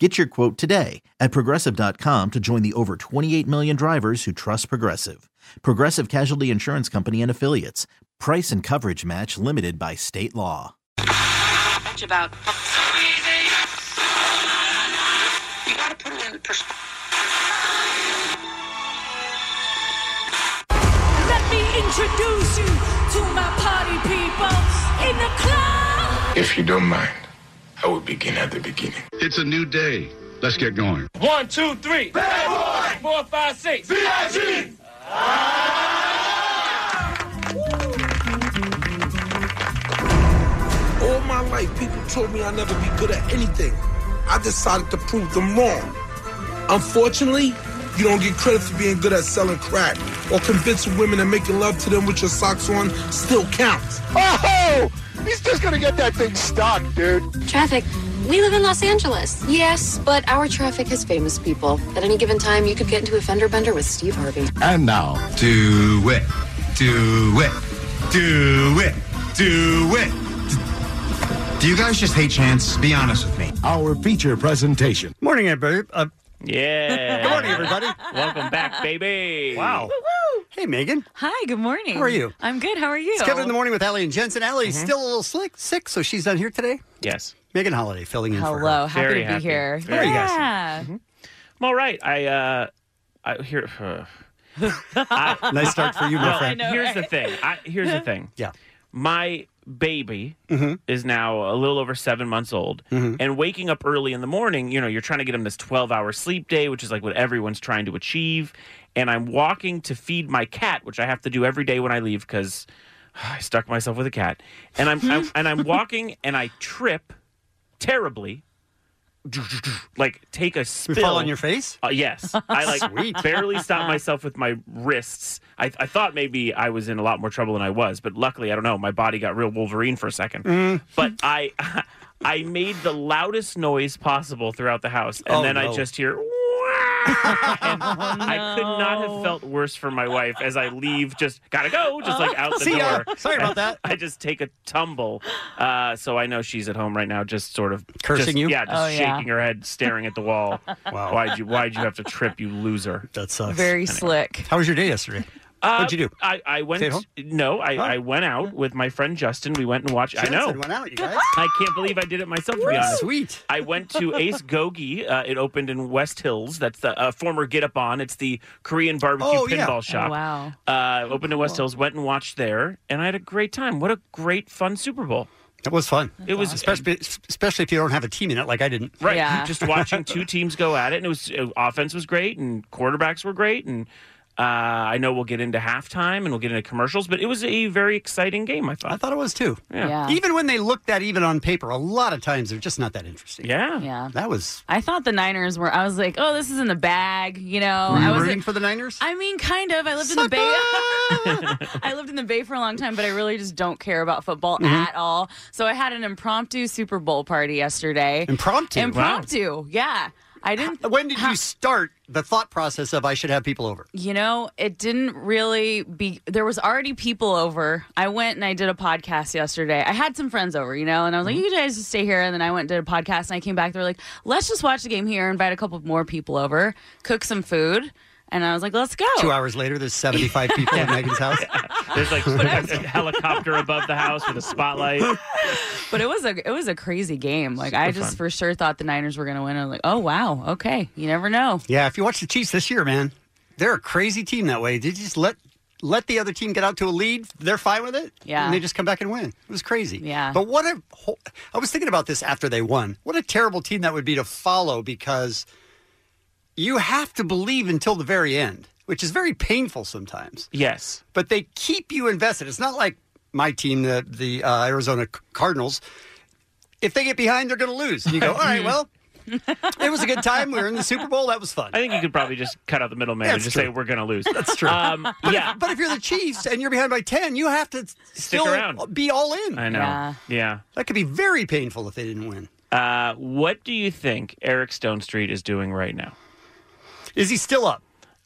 Get your quote today at progressive.com to join the over 28 million drivers who trust Progressive. Progressive Casualty Insurance Company and Affiliates. Price and coverage match limited by state law. much about. You gotta put it in perspective. Let me introduce you to my party people in the club. If you don't mind, I will begin at the beginning. It's a new day. Let's get going. One, two, three. Bad boy. Four, five, six. All my life, people told me I'd never be good at anything. I decided to prove them wrong. Unfortunately, you don't get credit for being good at selling crack or convincing women that making love to them with your socks on still counts. Oh, he's just gonna get that thing stuck, dude. Traffic. We live in Los Angeles. Yes, but our traffic has famous people. At any given time, you could get into a fender bender with Steve Harvey. And now, do it, do it, do it, do it. Do you guys just hate chance? Be honest with me. Our feature presentation. Morning, everybody. Uh, Yeah. good morning, everybody. Welcome back, baby. Wow. Hey, Megan. Hi, good morning. How are you? I'm good. How are you? It's Kevin in the morning with Allie and Jensen. Uh-huh. Allie's still a little slick, sick, so she's not here today. Yes. Megan Holiday filling in for her. Hello. Happy Very to be happy. here. Very happy. yeah. Mm-hmm. I'm all right. I uh, I here. Uh, Nice start for you, my friend. know, here's right? the thing. I, here's the thing. Yeah. Mm-hmm. My baby is now a little over seven months old, and waking up early in the morning. You know, you're trying to get him this 12 hour sleep day, which is like what everyone's trying to achieve. And I'm walking to feed my cat, which I have to do every day when I leave because I stuck myself with a cat. And I'm, I'm and I'm walking, and I trip terribly. Like take a We spill fall on your face? uh, yes, I like barely stopped myself with my wrists. I, I thought maybe I was in a lot more trouble than I was, but luckily, I don't know. My body got real Wolverine for a second, Mm. but I, I made the loudest noise possible throughout the house, and Oh, then no. I just hear. "Wah!" and I could not have felt worse for my wife as I leave. Just gotta go, just like out the See ya. door. Sorry about that. I just take a tumble. Uh, so I know she's at home right now, just sort of Cursing just- you? Yeah, just Oh, yeah. shaking her head, staring at the wall. Wow. Why'd you Why'd you have to trip, you loser? That sucks. Very slick. How was your day yesterday? Uh, What'd you do? I, I went. Stay at home? No, I, I went out with my friend Justin. We went and watched. I know. Jensen went out, you guys. I can't believe I did it myself. To be honest. Sweet. I went to Ace Gogi. Uh, it opened in West Hills. That's the uh, former Get Up On. It's the Korean barbecue Oh, yeah. pinball shop. Wow. Uh, opened in West Hills. Went and watched there, and I had a great time. What a great fun Super Bowl! That was fun. It was Especially, especially if you don't have a team in it like I didn't. Right. Yeah. Just watching two teams go at it, and it was uh, offense was great, and quarterbacks were great, and uh, I know we'll get into halftime and we'll get into commercials, but it was a very exciting game. I I thought. thought it was too. Yeah. Even when they look that even on paper, a lot of times they're just not that interesting. Yeah. Yeah. That was. I thought the Niners were, I was like, oh, this is in the bag. You know, Were you I was rooting for the Niners? I mean, kind of. I lived in the Bay. I lived in the Bay for a long time, but I really just don't care about football Mm-hmm. at all. So I had an impromptu Super Bowl party yesterday. Impromptu. Impromptu. Yeah. I didn't. When did you start the thought process of I should have people over? You know, it didn't really be. There was already people over. I went and I did a podcast yesterday. I had some friends over, you know, and I was like, Mm-hmm. "You guys just stay here." And then I went and did a podcast, and I came back. They're like, "Let's just watch the game here. Invite a couple more people over, cook some food." And I was like, "Let's go." Two hours later, there's 75 people at Megan's house. There's like a, helicopter above the house with a spotlight. But it was a it was a crazy game. Like I Super just fun. for sure thought the Niners were going to win. I was like, "Oh wow, okay, you never know." Yeah, if you watch the Chiefs this year, man, they're a crazy team that way. They just let let the other team get out to a lead. They're fine with it. Yeah. And they just come back and win. It was crazy. Yeah. But what a whole, I was thinking about this after they won. What a terrible team that would be to follow because you have to believe until the very end, which is very painful sometimes. Yes. but they keep you invested. It's not like my team, the the uh, Arizona Cardinals. If they get behind, they're going to lose. And you go, all right, well, it was a good time. We were in the Super Bowl. That was fun. I think you could probably just cut out the middleman and That's just true. say we're going to lose. That's true. Um, but yeah. If, but if you're the Chiefs and you're behind by 10, you have to still around. be all in. I know. Yeah. That could be very painful if they didn't win. Uh, what do you think Eric Stone Street is doing right now? Is he still up?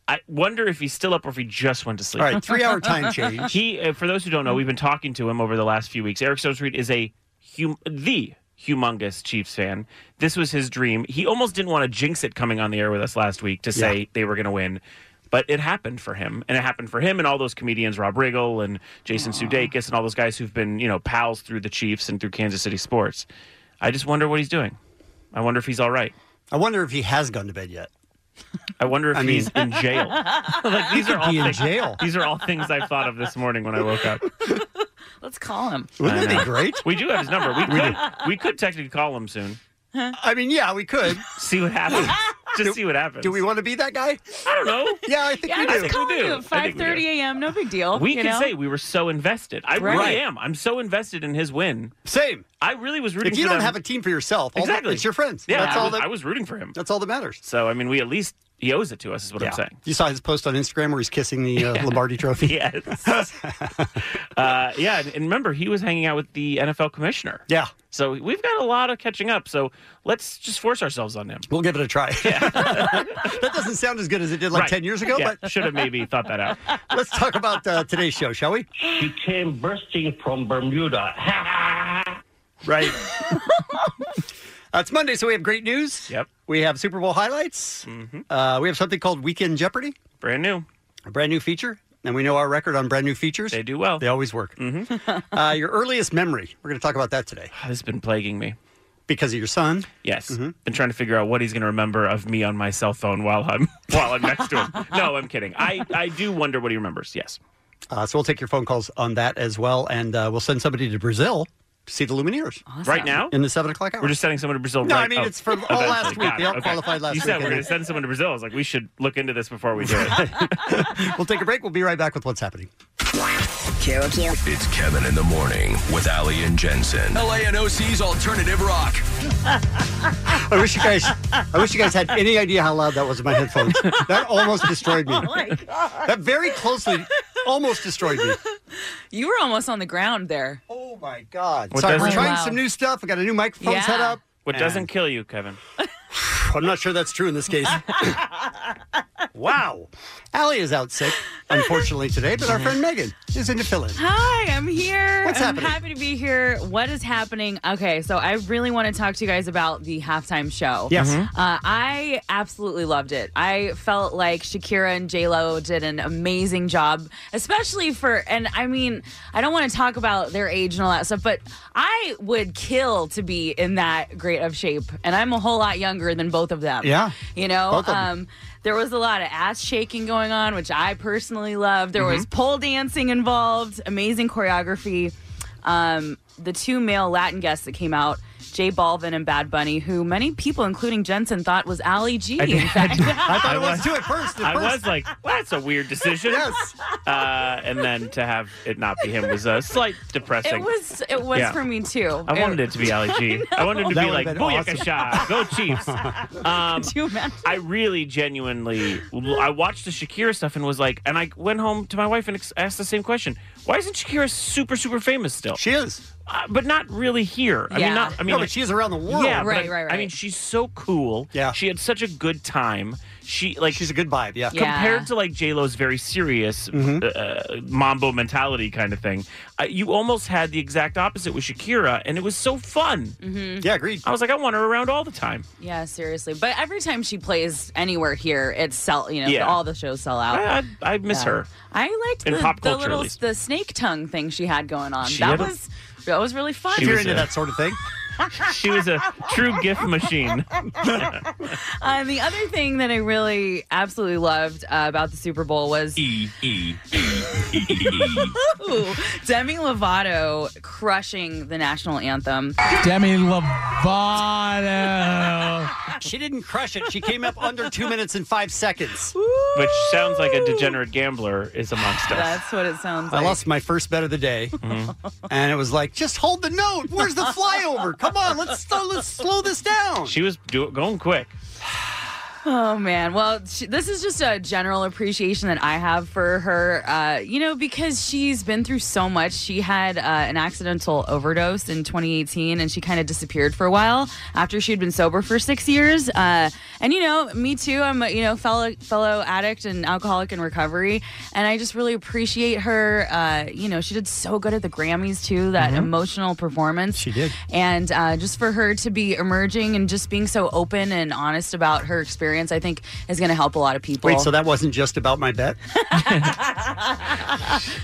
I wonder if he's still up or if he just went to sleep. All right, three-hour time change. He, uh, for those who don't know, we've been talking to him over the last few weeks. Eric Stone Street is a hum- the humongous Chiefs fan. This was his dream. He almost didn't want to jinx it coming on the air with us last week to say Yeah. they were going to win. But it happened for him, and it happened for him and all those comedians, Rob Riggle and Jason Sudeikis, and all those guys who've been, you know, pals through the Chiefs and through Kansas City sports. I just wonder what he's doing. I wonder if he's all right. I wonder if he has gone to bed yet. I wonder if I mean- he's in jail. like these He could are all be in things, jail. These are all things I thought of this morning when I woke up. Let's call him. I Wouldn't that know. be great? We do have his number. We could we could technically call him soon. I mean, yeah, we could. See what happens. Just see what happens. Do we want to be that guy? I don't know. Yeah, I think Yeah, we do. I'm just calling you at I think we do. 5:30 a.m. No big deal. We you can know? say we were so invested. I Right. really am. I'm so invested in his win. Same. I really was rooting If you for don't them. have a team for yourself, all that- exactly. it's your friends. Yeah, That's I, all was, that- I was rooting for him. That's all that matters. So I mean, we at least he owes it to us. Is what I'm saying. You saw his post on Instagram where he's kissing the uh, Lombardi Trophy. Yes. uh, yeah, and and remember, he was hanging out with the NFL commissioner. Yeah. So we've got a lot of catching up. So let's just force ourselves on him. We'll give it a try. that doesn't sound as good as it did like Right. 10 years ago, Yeah, but should have maybe thought that out. let's talk about uh, today's show, shall we? He came bursting from Bermuda. Right. Uh, it's Monday, so we have great news. Yep. We have Super Bowl highlights. Uh, we have something called Weekend Jeopardy. Mm-hmm. Brand new. A brand new feature. And we know our record on brand new features. They do well. Mm-hmm. They always work. uh, your earliest memory. We're going to talk about that today. This has been plaguing me. Because of your son? Yes. Mm-hmm. Been trying to figure out what he's going to remember of me on my cell phone while I'm while I'm next to him. No, I'm kidding. I, I do wonder what he remembers. Yes. Uh, so we'll take your phone calls on that as well. And uh, we'll send somebody to Brazil to see the Lumineers. Right now? In the 7 o'clock hour. We're just sending someone to Brazil No, right I mean, oh, it's from all eventually. last week. Got They it. all qualified last You week, said we're and going to then- send someone to Brazil. I was like, we should look into this before we do it. we'll take a break. We'll be right back with what's happening. It's Kevin in the morning with Ali and Jensen. LA and OC's alternative rock. I wish you guys, I wish you guys had any idea how loud that was in my headphones. That almost destroyed me. That very closely almost destroyed me. You were almost on the ground there. Oh my God. What Sorry, does we're it- trying Wow. some new stuff. I got a new microphone Yeah. set up. What doesn't kill you, Kevin? I'm not sure that's true in this case. wow. Allie is out sick, unfortunately, today, but our friend Megan is in to fill in. Hi, I'm here. What's I'm happening? happy to be here. What is happening? Okay, so I really want to talk to you guys about the halftime show. Yes. Mm-hmm. Mhm. Uh, I absolutely loved it. I felt like Shakira and J Lo did an amazing job, especially for. And I mean, I don't want to talk about their age and all that stuff, but I would kill to be in that great of shape, and I'm a whole lot younger than both of them. Yeah. you know. Both of 'em. Um, there was a lot of ass shaking going on, which I personally loved. There was Mm-hmm. Mhm. pole dancing involved, amazing choreography. Um, the two male Latin guests that came out, Jay Balvin and Bad Bunny, who many people, including Jensen, thought was Ali G. I did- in fact. I thought it was too at first. I was like, that's a weird decision. Yes. Uh, and then to have it not be him was a slight depressing. It was it was Yeah. for me too. I wanted it to be Ali G. I wanted him to That be would've like been Booyakasha, awesome. go Chiefs. Um, I really genuinely, I watched the Shakira stuff and was like, and I went home to my wife and ex- asked the same question: Why isn't Shakira super super famous still? She is, uh, but not really here. I Yeah. mean, not. I mean, No, but she is around the world. Yeah, but Right, I- right, right. I mean, she's so cool. Yeah, she had such a good time. She like she's a good vibe. Yeah, Mm-hmm. Yeah. compared to like J Lo's very serious uh, mambo mentality kind of thing, uh, you almost had the exact opposite with Shakira, and it was so fun. Mhm. Yeah, agreed. I was like, I want her around all the time. Yeah, seriously. But every time she plays anywhere here, it's sell. You know, Yeah. all the shows sell out. I, I, I miss Yeah. her. I liked In the, pop the culture, at little least. the snake tongue thing she had going on. She that had a- was that was really fun. She was a- sort of thing. she was a true gift machine. Uh, the other thing that I really absolutely loved uh, about the Super Bowl was E, E, E. Ooh, Demi Lovato crushing the national anthem. Demi Lovato. She didn't crush it. She came up under two minutes and five seconds. which sounds like a degenerate gambler is amongst us. Mm-hmm. That's what it sounds I like. lost my first bet of the day, and it was like, just hold the note. Where's the flyover? Come on, let's slow, let's slow this down. She was do- going quick. Oh man. Well, sh this is just a general appreciation that I have for her. Uh, you know, because she's been through so much. She had uh, an accidental overdose in 2018, and she kind of disappeared for a while after she'd been sober for six years. Uh, and you know, me too. I'm a you know fellow fellow addict and alcoholic in recovery, and I just really appreciate her. Uh, you know, she did so good at the Grammys too. That Mhm. emotional performance. She did. And uh, just for her to be emerging and just being so open and honest about her experience, I think is going to help a lot of people. Wait, so that wasn't just about my bet?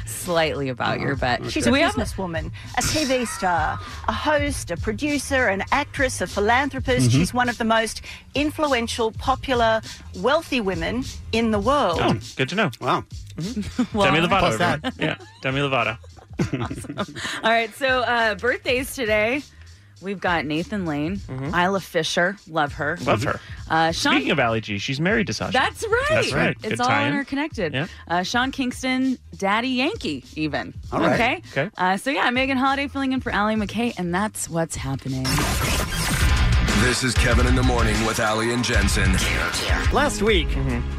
slightly about your bet. She's So a we have businesswoman, a TV star, a host, a producer, an actress, a philanthropist. Mhm. She's one of the most influential, popular, wealthy women in the world. Oh, good to know. Mm-hmm. Wow. Demi Well, Lovato. plus everyone. Yeah, Demi Lovato. all right. So uh, birthdays today. We've got Nathan Lane, Isla Fisher, love her, Love her. Uh, Sean Speaking of Ali G, she's married to Sasha. That's right. That's right. It's Good all tie-in. interconnected. Yep. Uh, Sean Kingston, Daddy Yankee, even. All right. Okay. Okay. Uh, so yeah, Megan Holiday filling in for Allie McKay, and that's what's happening. This is Kevin in the Morning with Ali and Jensen. Last week,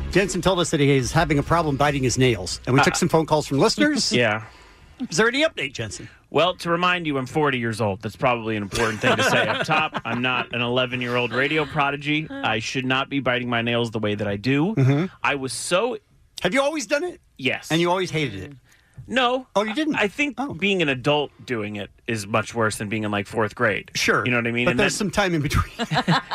Jensen told us that he is having a problem biting his nails, and we took Mm-hmm. Uh, some phone calls from listeners. yeah. Is there any update, Jensen? Well, to remind you, I'm 40 years old. That's probably an important thing to say up top. I'm not an 11 year old radio prodigy. I should not be biting my nails the way that I Mm-hmm. do. I was so. Have you always done it? Yes. And you always hated it? No. Oh, you didn't? I think being an adult doing it is much worse than being in like fourth grade. Sure. You know what I mean? but and, there's some then, time in between.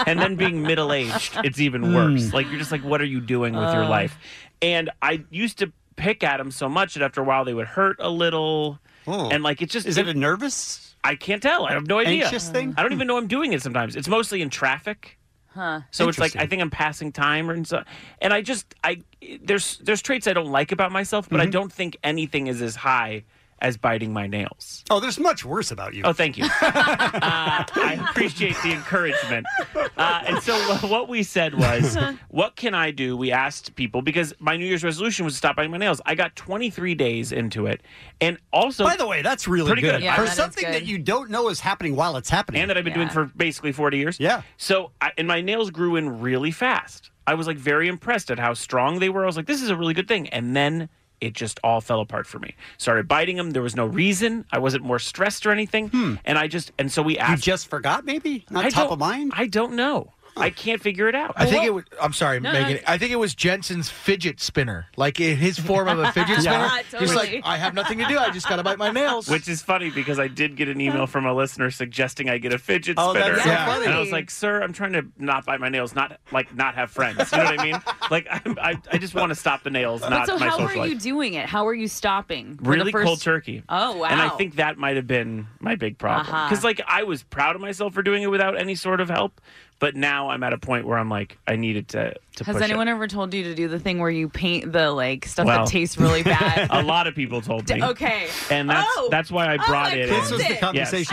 and then being middle aged, it's even Mm. worse. Like, you're just like, what are you doing with your Uh. life? And I used to pick at them so much that after a while they would hurt a little. And like, it's just. Oh. Is it a nervous? I can't tell. I have no idea. Anxious thing? I don't even know I'm doing it sometimes. It's mostly in traffic. Huh. So it's like I think I'm passing time and so, and I just I there's there's traits I don't like about myself, but I don't think anything is as high as biting my nails. Oh, there's much worse about you. Oh, thank you. uh, I appreciate the encouragement. Uh, and so wh- what we said was, what can I do? We asked people because my New Year's resolution was to stop biting my nails. I got 23 days into it, and also By the way, that's really pretty good, for something that you don't know is happening while it's happening, and that I've been doing for basically 40 years. Yeah. So, I, and my nails grew in really fast. I was like very impressed at how strong they were. I was like, this is a really good thing. And then it just all fell apart for me. Started biting them. There was no reason. I wasn't more stressed or anything. And I just, and so we asked. Hmm. You just forgot, maybe? Not I top don't- of mind? I don't know. I can't figure it out. I think it was. I'm sorry, No, Megan. no. I think it was Jensen's fidget spinner, like in his form of a fidget spinner. Yeah, Ah, He's totally. like, I have nothing to do. I just got to bite my nails. Which is funny because I did get an email from a listener suggesting I get a fidget Oh, spinner. that's so Yeah. funny. And I was like, "Sir, I'm trying to not bite my nails, not like not have friends. You know what I mean? Like I'm, I, I just want to stop the nails, but not so my how social were life. you doing it? How were you stopping? For the really first- cold turkey. Oh wow! And I think that might have been my big problem Uh-huh. because like I was proud of myself for doing it without any sort of help, but now I'm at a point where I'm like, I needed to. to Has push anyone it. ever told you to do the thing where you paint the like stuff Well, that tastes really bad? a lot of people told D- me. okay. And that's Oh! that's why I brought I it. called in. This was the it! conversation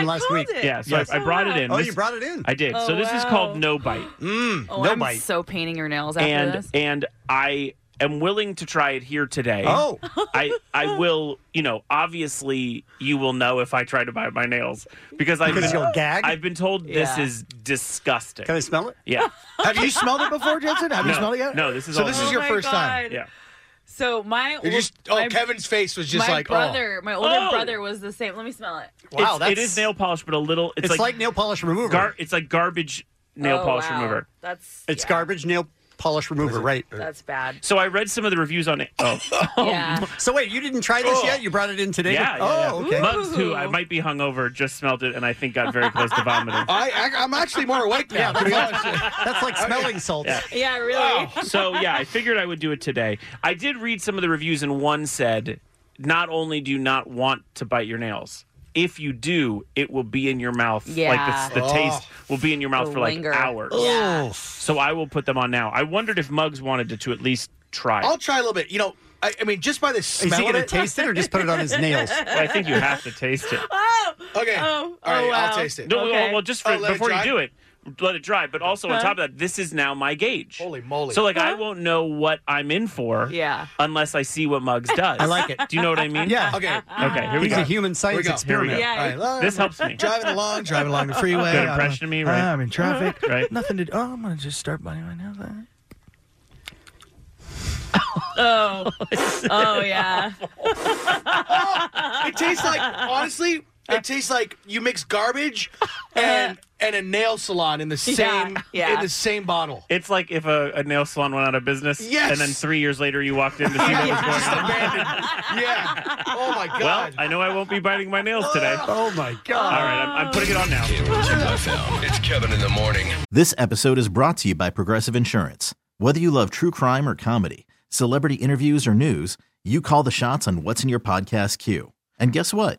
Yes. last I called week. it. Yeah, so Yes. I, I brought it in. Oh, This- you brought it in. Mm, I did. Oh, so this is wow. called no bite. oh, I'm so painting your nails after and this. and I am willing to try it here today. Oh. I I will. You know, obviously, you will know if I try to bite my nails because I've Because been, you'll gag? I've been told this Yeah. is disgusting. Can I smell it? Yeah. Have you smelled it before, Jensen? Have you No. smelled it yet? No, this is so. all This new. is Oh your my first time. God. So my It old- just- oh, my- Kevin's face was just my like, oh. brother, my older Oh! brother was the same. Let me smell it. Wow, it's, it is nail polish, but a little. It's, It's like nail polish remover. Gar- it's like garbage nail Oh, polish wow. remover. That's It's garbage nail polish remover, right? that's bad. So I read some of the reviews on it. Oh, Yeah. So wait, you didn't try this yet? You brought it in today? Yeah, yeah, oh, yeah. okay. Mugs, who I might be hungover, just smelled it and I think got very close to vomiting. I, I I'm actually more awake now. to be honest. That's like smelling salts. Yeah. Oh. Yeah, really. So yeah, I figured I would do it today. I did read some of the reviews, and one said, "Not only do you not want to bite your nails." If you do, it will be in your mouth. Yeah. Like the, the Oh. taste will be in your mouth It'll for like linger. hours. Oh. Yeah. So I will put them on now. I wondered if Muggs wanted to, to at least try. it. I'll try a little bit. You know, I, I mean, just by the he smell. gonna of it, taste it or just put it on his nails? I think you have to taste it. Oh. Okay. Oh, All right, oh, wow. I'll taste it. No, well, well, just for, Oh, let it before you dry? do it, let it dry. But also on top of that, this is now my gauge. Holy moly! So like, I won't know what I'm in for. Yeah. Unless I see what Mugs does. I like it. Do you know what I mean? Yeah. Okay. Okay. Here we He's go. a human science Here we go. experiment. Here we go. Yeah. All right, well, this helps me. driving along, driving along the freeway. Good I'm- impression of me, right? I'm in traffic. right. Nothing to do. Oh, I'm gonna just start buying right now. Oh, oh yeah. it tastes like honestly, it tastes like you mix garbage and and a nail salon in the Yeah, same yeah. in the same bottle. It's like if a, a nail salon went out of business, Yes. and then three years later you walked in to see what was going on. yeah. Oh my god. Well, I know I won't be biting my nails today. Oh my god! All right, I'm, I'm putting it on now. It's Kevin in the morning. This episode is brought to you by Progressive Insurance. Whether you love true crime or comedy, celebrity interviews or news, you call the shots on what's in your podcast queue. And guess what?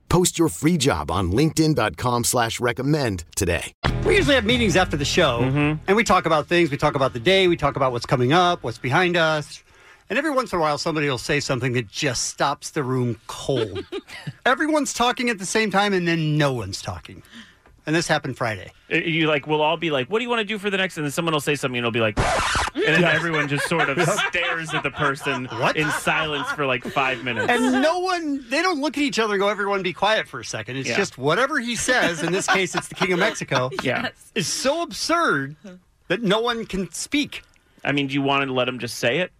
Post your free job on linkedin.com/recommend slash recommend today. We usually have meetings after the show, Mm-hmm. and we talk about things. We talk about the day. We talk about what's coming up, what's behind us. And every once in a while, somebody will say something that just stops the room cold. Everyone's talking at the same time, and then no one's talking. And this happened Friday. You like, we'll all be like, "What do you want to do for the next?" And then someone will say something, and it'll be like, and then everyone just sort of stares at the person in silence for like five minutes. And no one, they don't look at each other and go, everyone be quiet for a second. It's Yeah. just whatever he says, in this case, it's the King of Mexico, Yeah. is so absurd that no one can speak. I mean, do you want to let him just say it?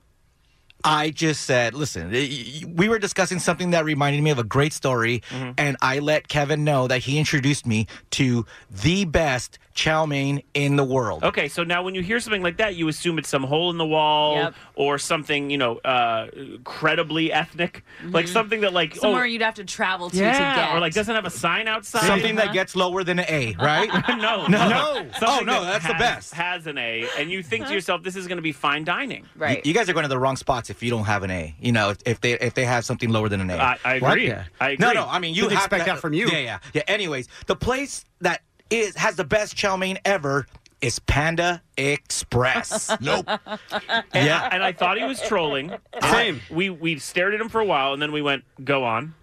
I just said, listen, i- i- we were discussing something that reminded me of a great story, Mm-hmm. and I let Kevin know that he introduced me to the best chow mein in the world. Okay, so now when you hear something like that, you assume it's some hole in the wall or something, you know, uh, credibly ethnic, like something that like Mm-hmm. Somewhere oh, you'd have to travel to to yeah, get. Uh-huh. or like doesn't have a sign outside, Something that gets lower than an A, right? no, no, Oh Something no, that that's the has- best. Has an A, and you Uh-huh. think to yourself, this is going to be fine dining, You- You, guys are going to the wrong spots if you don't have an A. You know, if, if they if they have something lower than an A. I- I What? agree. I No, agree. no. I mean, you Didn't have expect that from you. Yeah, yeah, yeah. Anyways, the place that is has the best chow mein ever is Panda Express. nope. And, Yeah. and I thought he was trolling. Same. we we stared at him for a while, and then we went, "Go on."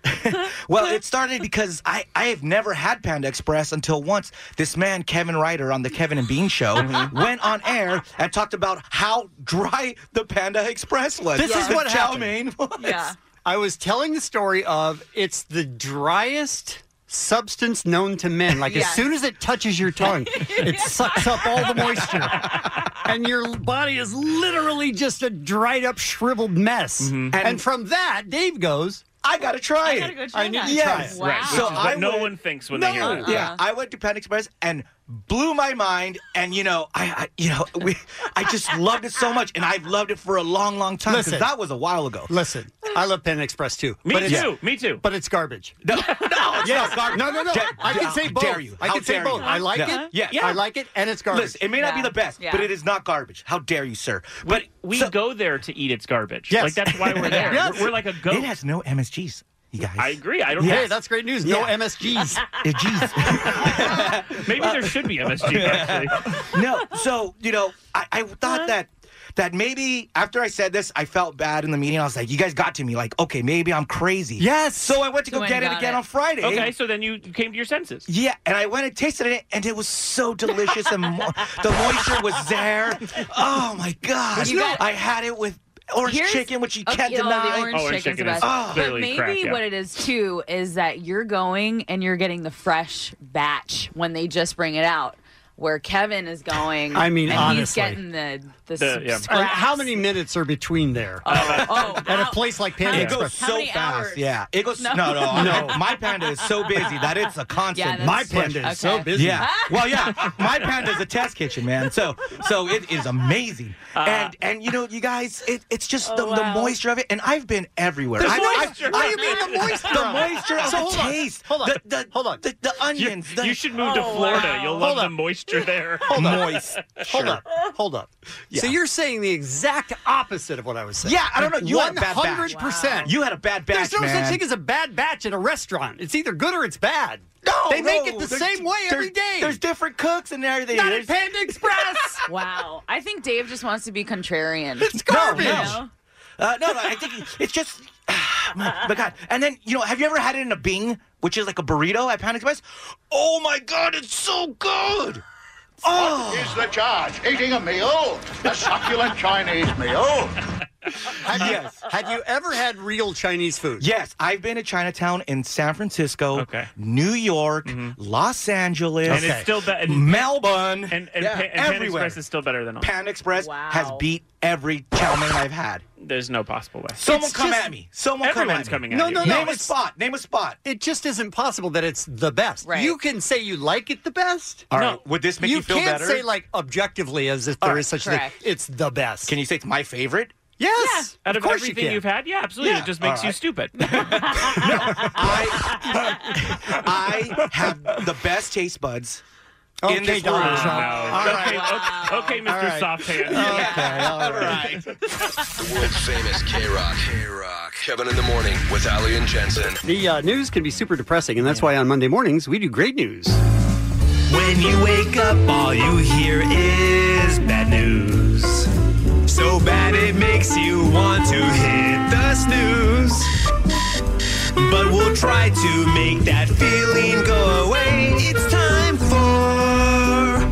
Well, it started because I, I have never had Panda Express until once this man, Kevin Ryder, on the Kevin and Bean show, Mm-hmm. went on air and talked about how dry the Panda Express was. This is The what chow happened. mein was. I was telling the story of it's the driest substance known to men. Like Yes. as soon as it touches your tongue, it sucks up all the moisture. And your body is literally just a dried up, shriveled mess. Mm-hmm. And, from that, Dave goes, I gotta try it. it. I need to yes. try it. Right, which is what no one thinks when they hear that. Yeah, Uh-uh. I went to Panda Express and blew my mind, and you know, I, I you know, we, I just loved it so much, and I've loved it for a long, long time because Listen. that was a while ago. Listen, I love Pen Express too. Me it's- too, Me too. But it's garbage. No, no, it's Yes. not garbage. No, no, no. Da- I can how say both. Dare you. I How can say dare both. you. I like Yeah. it. Yeah, I like it, and it's garbage. Listen, it may not be the best, but it is not garbage. How dare you, sir? But we go there to eat its garbage. Like that's why we're there. Yes. we're, we're like a goat. It has no MSGs, you guys. I agree. I don't. Yes. know. Hey, that's great news. No Yeah. Eh, MSGs. Maybe there should be MSG. Actually. no, so you know, I, I thought that that maybe after I said this, I felt bad in the meeting. I was like, you guys got to me, like, okay, maybe I'm crazy. Yes. So I went to go get it again on Friday. Okay, so then you came to your senses. Yeah, and I went and tasted it, and it was so delicious, and mo- the moisture was there. Oh my gosh! You got- I had it with orange Here's- chicken, which you okay, can't oh, the deny. orange Oh, orange chicken's the best. Ah. but maybe what it is too is that you're going and you're getting the fresh batch when they just bring it out. where Kevin is going. I mean, and he's honestly. getting the the, The- s- And scraps. how many minutes are between there? Oh. at a place like Panda It goes Express. so fast. Yeah. It goes no no no. My panda is so busy that it's a constant. Yeah, My that's- panda is okay. so busy. Yeah. Well, yeah. My panda is a test kitchen, man. So so it is amazing. Uh, uh, and and you know, you guys, it, it's just Oh, the, the moisture of it. And I've been everywhere. The I know, oh, moisture I've- of I- it. What do you mean the moisture The of it? moisture of So the hold on, taste. hold on, The, the, hold on. The, the onions. the- Oh, you should move to Florida. You'll love Hold the on. moisture there. Hold on. Hold up. Hold up. So you're saying the exact opposite of what I was saying. Yeah, I don't know. You had a bad batch. 100%. You had a bad batch, There's no man. such thing as a bad batch at a restaurant. It's either good or it's bad. No, They make no, it the there's- same way every there's- day. There's different cooks and everything. Not There's- at Panda Express. wow, I think Dave just wants to be contrarian. It's garbage. Uh, no, no, I think it's just. but God, and then you know, have you ever had it in a Bing, which is like a burrito at Panda Express? Oh my God, it's so good. Oh, Is the charge eating a meal? A succulent Chinese meal? Have you, have you ever had real Chinese food? Yes, I've been to Chinatown in San Francisco, New York, Los Angeles, And it's still better. Melbourne, And, and, Yeah, Pa- and Panda everywhere. Express is still better than all. Panda Express has beat every chow mein I've had. There's no possible way. Someone come at me. Someone come at Everyone's me. coming at No, you. no, no. Name a spot. Name a spot. It just isn't possible that it's the best. Right. You can say you like it the best. All right, would this make you feel can't better? say like objectively as if All there is right, such correct. a thing. It's the best. Can you say it's my favorite? Yes. Out of of, course you everything can. have had, yeah, absolutely. Yeah. It just makes All you right. stupid. I have the best taste buds. in this world. Okay, okay, okay, Mr. Soft Hands. all right. The world famous K Rock. K Rock. Kevin in the morning with Ali and Jensen. The uh, news can be super depressing, and that's why on Monday mornings we do great news. When you wake up, all you hear is bad news. So bad it makes you want to hit the snooze. But we'll try to make that feeling go away. It's time for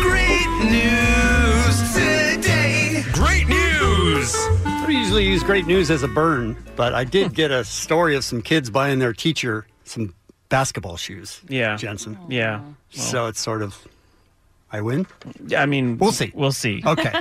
great news today. Great news! I don't usually use great news as a burn, but I did get a story of some kids buying their teacher some basketball shoes. Yeah. Jensen. Yeah. So it's sort of, I win. I mean, we'll see. We'll see. Okay.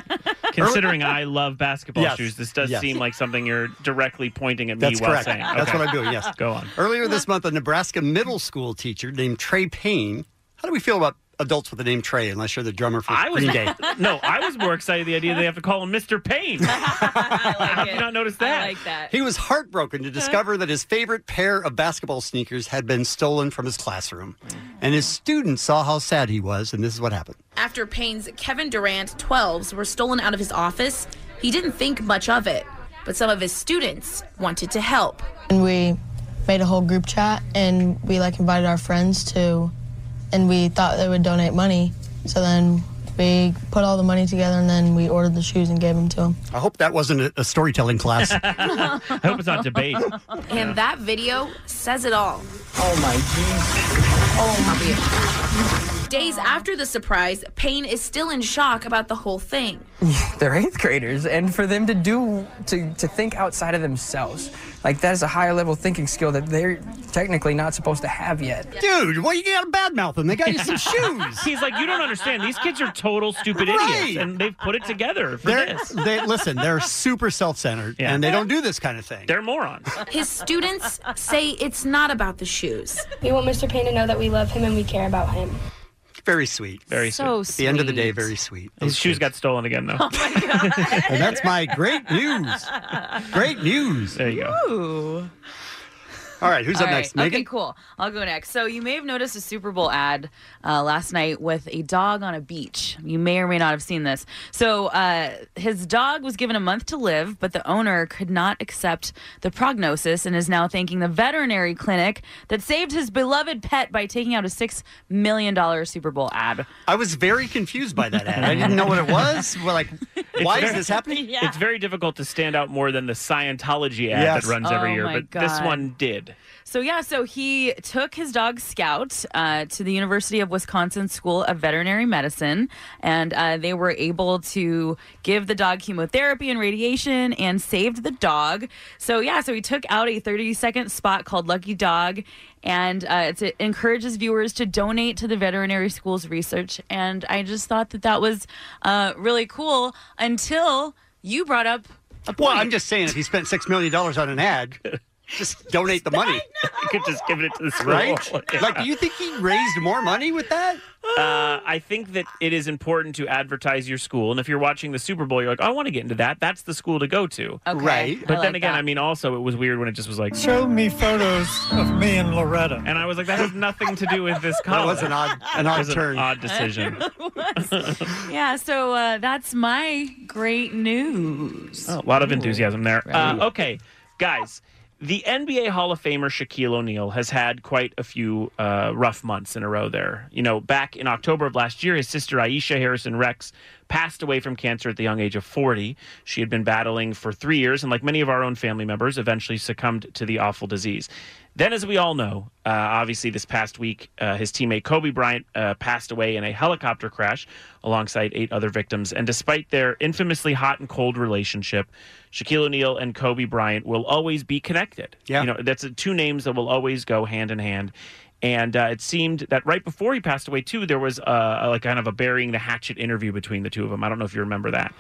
Considering I love basketball Yes. shoes, this does Yes. seem like something you're directly pointing at me That's while correct. saying. That's Okay. what I'm doing. Yes. Go on. Earlier this month, a Nebraska middle school teacher named Trey Payne. How do we feel about adults with the name Trey? Unless you're the drummer for I was Green Day. no, I was more excited the idea they have to call him Mr. Payne. How did you not notice that? I like that. He was heartbroken Uh-huh. to discover that his favorite pair of basketball sneakers had been stolen from his classroom. And his students saw how sad he was, and this is what happened. After Payne's Kevin Durant 12s were stolen out of his office, he didn't think much of it, but some of his students wanted to help. And we made a whole group chat and we like invited our friends to, and we thought they would donate money. So then we put all the money together and then we ordered the shoes and gave them to them. I hope that wasn't a, a storytelling class. I hope it's not debate. And that video says it all. Oh, Oh my Days after the surprise, Payne is still in shock about the whole thing. they're eighth graders and for them to do to, to think outside of themselves like that is a higher level thinking skill that they're technically not supposed to have yet dude why you got a bad mouth and they got you some shoes He's like, you don't understand. These kids are total stupid idiots, and they've put it together for They're, this. they listen. They're super self-centered, and they don't do this kind of thing. They're morons. His students say it's not about the shoes. We want Mr. Payne to know that we love him and we care about him. Very sweet. Very So At the end of the day, sweet. very sweet. His shoes got stolen again, though. and that's my great news. Great news. There you go. Ooh. All right, who's All up right. next? Okay, cool. I'll go next. So you may have noticed a Super Bowl ad uh, last night with a dog on a beach. You may or may not have seen this. So uh, his dog was given a month to live, but the owner could not accept the prognosis and is now thanking the veterinary clinic that saved his beloved pet by taking out a six million dollar Super Bowl ad. I was very confused by that ad. I didn't know what it was. We're like, why is this happening? It's very difficult to stand out more than the Scientology ad Yes. that runs Oh every year, my but this God. one did. did. So yeah, so he took his dog Scout uh, to the University of Wisconsin School of Veterinary Medicine, and uh, they were able to give the dog chemotherapy and radiation, and saved the dog. So yeah, so he took out a 30-second spot called Lucky Dog, and uh, it's, it encourages viewers to donate to the veterinary school's research. And I just thought that that was uh, really cool until you brought up a point. Well, I'm just saying, if he spent $6 million on an ad, just donate the money. You could just give it to the school. Right? Yeah. Like, do you think he raised more money with that? Uh, I think that it is important to advertise your school. And if you're watching the Super Bowl, you're like, I want to get into that. That's the school to go to. Okay, Right. But I then like again, that. I mean, also, it was weird when it just was like, Show me photos of me and Loretta. And I was like, that has nothing to do with this college. was an odd- an It odd was turn. odd decision. yeah, so uh, that's my great news. Oh, a lot of enthusiasm there. Uh, okay, guys, the NBA Hall of Famer Shaquille O'Neal has had quite a few uh, rough months in a row there. You know, back in October of last year, his sister Aisha Harrison Rex passed away from cancer at the young age of 40. She had been battling for three years and, like many of our own family members, eventually succumbed to the awful disease. Then, as we all know, uh, obviously this past week, uh, his teammate Kobe Bryant uh, passed away in a helicopter crash alongside eight other victims. And despite their infamously hot and cold relationship, Shaquille O'Neal and Kobe Bryant will always be connected. Yeah. You know, that's uh, two names that will always go hand in hand. And uh, it seemed that right before he passed away, too, there was uh, a, like kind of a burying the hatchet interview between the two of them. I don't know if you remember that.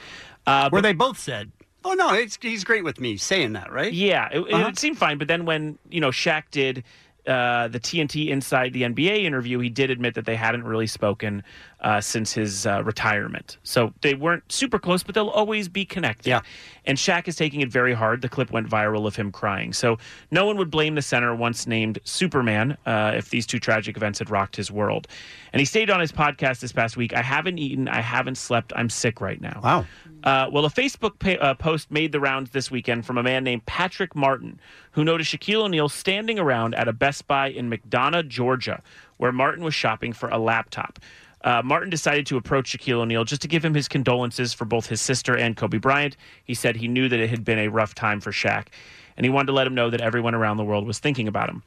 Uh, Where they both said, oh, no, it's, he's great with me saying that, right? Yeah, it, it- Uh-huh. it seemed fine. But then when you know Shaq did uh, the TNT Inside the NBA interview, he did admit that they hadn't really spoken uh, since his uh, retirement. So they weren't super close, but they'll always be connected. Yeah. And Shaq is taking it very hard. The clip went viral of him crying. So no one would blame the center once named Superman uh, if these two tragic events had rocked his world. And he stated on his podcast this past week, "I haven't eaten. I haven't slept. I'm sick right now." Wow. Uh, well, a Facebook pa- uh, post made the rounds this weekend from a man named Patrick Martin, who noticed Shaquille O'Neal standing around at a Best Buy in McDonough, Georgia, where Martin was shopping for a laptop. Uh, Martin decided to approach Shaquille O'Neal just to give him his condolences for both his sister and Kobe Bryant. He said he knew that it had been a rough time for Shaq, and he wanted to let him know that everyone around the world was thinking about him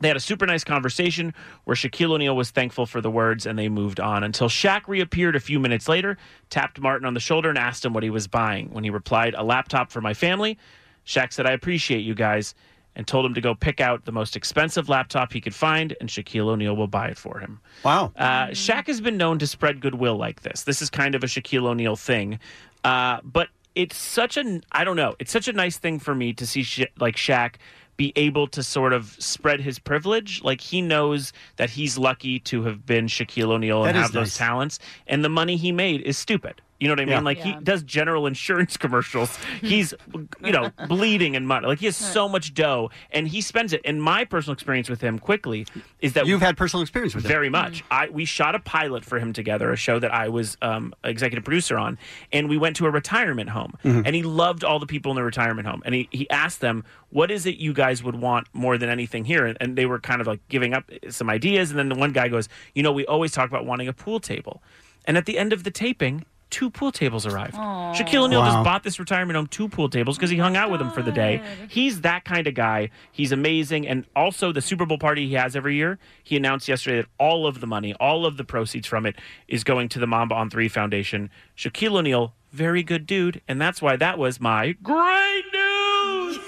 they had a super nice conversation where Shaquille O'Neal was thankful for the words and they moved on until Shaq reappeared a few minutes later, tapped Martin on the shoulder, and asked him what he was buying. When he replied, A laptop for my family, Shaq said, I appreciate you guys, and told him to go pick out the most expensive laptop he could find, and Shaquille O'Neal will buy it for him. Wow. Uh, Shaq has been known to spread goodwill like this. This is kind of a Shaquille O'Neal thing, uh, but it's such an I don't know. It's such a nice thing for me to see Sha- like Shaq be able to sort of spread his privilege. Like he knows that he's lucky to have been Shaquille O'Neal and That is have those nice. talents, and the money he made is stupid. You know what I mean? Yeah. Like Yeah. he does general insurance commercials. He's, you know, bleeding in money. Like he has so much dough, and he spends it. And my personal experience with him quickly is that You've had personal experience with him. very much. I we shot a pilot for him together, a show that I was um, executive producer on, and we went to a retirement home. Mhm. And he loved all the people in the retirement home, and he he asked them, "What is it you guys would want more than anything here?" And, and they were kind of like giving up some ideas. And then the one guy goes, "You know, we always talk about wanting a pool table," and at the end of the taping. Two pool tables arrived. Shaquille O'Neal Wow. just bought this retirement home two pool tables because he hung out with them for the day. He's that kind of guy. He's amazing. And also, the Super Bowl party he has every year, he announced yesterday that all of the money, all of the proceeds from it, is going to the Mamba on Three Foundation. Shaquille O'Neal, very good dude. And that's why that was my great news.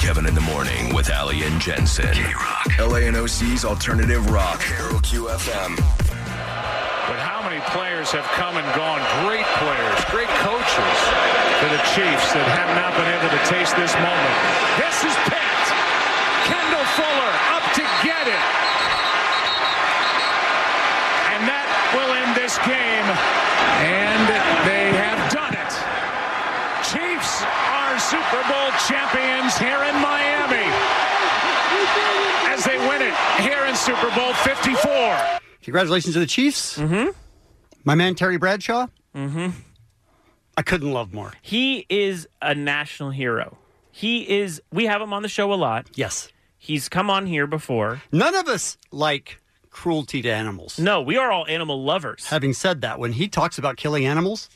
Kevin in the morning with Ali and Jensen. K-Rock. LA and OC's alternative rock. Carol QFM. But how many players have come and gone? Great players, great coaches for the Chiefs that have not been able to taste this moment. This is Pitt. Kendall Fuller up to get it. And that will end this game. And they have done it. Chiefs are Super Bowl champions here in Miami as they win it here in Super Bowl 54. Congratulations to the Chiefs. Mm-hmm. My man Terry Bradshaw. Mm-hmm. I couldn't love more. He is a national hero. He is, we have him on the show a lot. Yes. He's come on here before. None of us like cruelty to animals. No, we are all animal lovers. Having said that, when he talks about killing animals,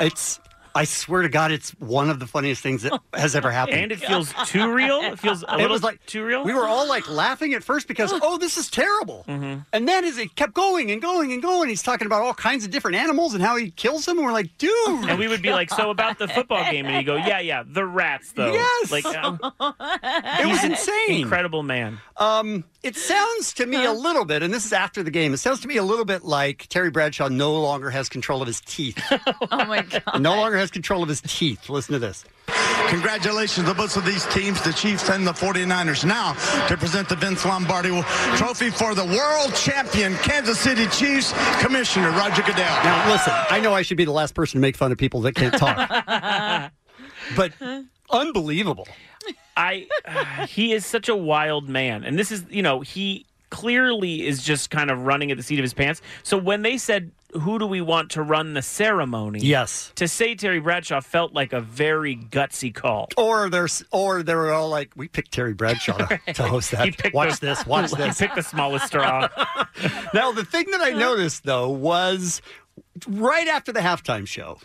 it's I swear to God, it's one of the funniest things that has ever happened. And it feels too real? It feels a little too real? We were all like laughing at first because oh, this is terrible. Mm-hmm. And then as it kept going and going and going, he's talking about all kinds of different animals and how he kills them. And we're like, dude. And we would be like, so about the football game, and you go, yeah, yeah, the rats though. Yes. like um, it was insane. Incredible man. Um, it sounds to me a little bit, and this is after the game. It sounds to me a little bit like Terry Bradshaw no longer has control of his teeth. oh my god! No longer has control of his teeth. Listen to this. Congratulations to both of these teams, the Chiefs and the 49ers. Now to present the Vince Lombardi Trophy for the world champion Kansas City Chiefs Commissioner Roger Goodell. Now listen, I know I should be the last person to make fun of people that can't talk, but unbelievable. I he is such a wild man, and this is you know he clearly is just kind of running at the seat of his pants. So when they said who do we want to run the ceremony, Yes. to say Terry Bradshaw felt like a very gutsy call. Or there's, or they were all like, we picked Terry Bradshaw to, to host that. watch the- this, watch he this. picked the smallest straw. now the thing that I noticed though was right after the halftime show,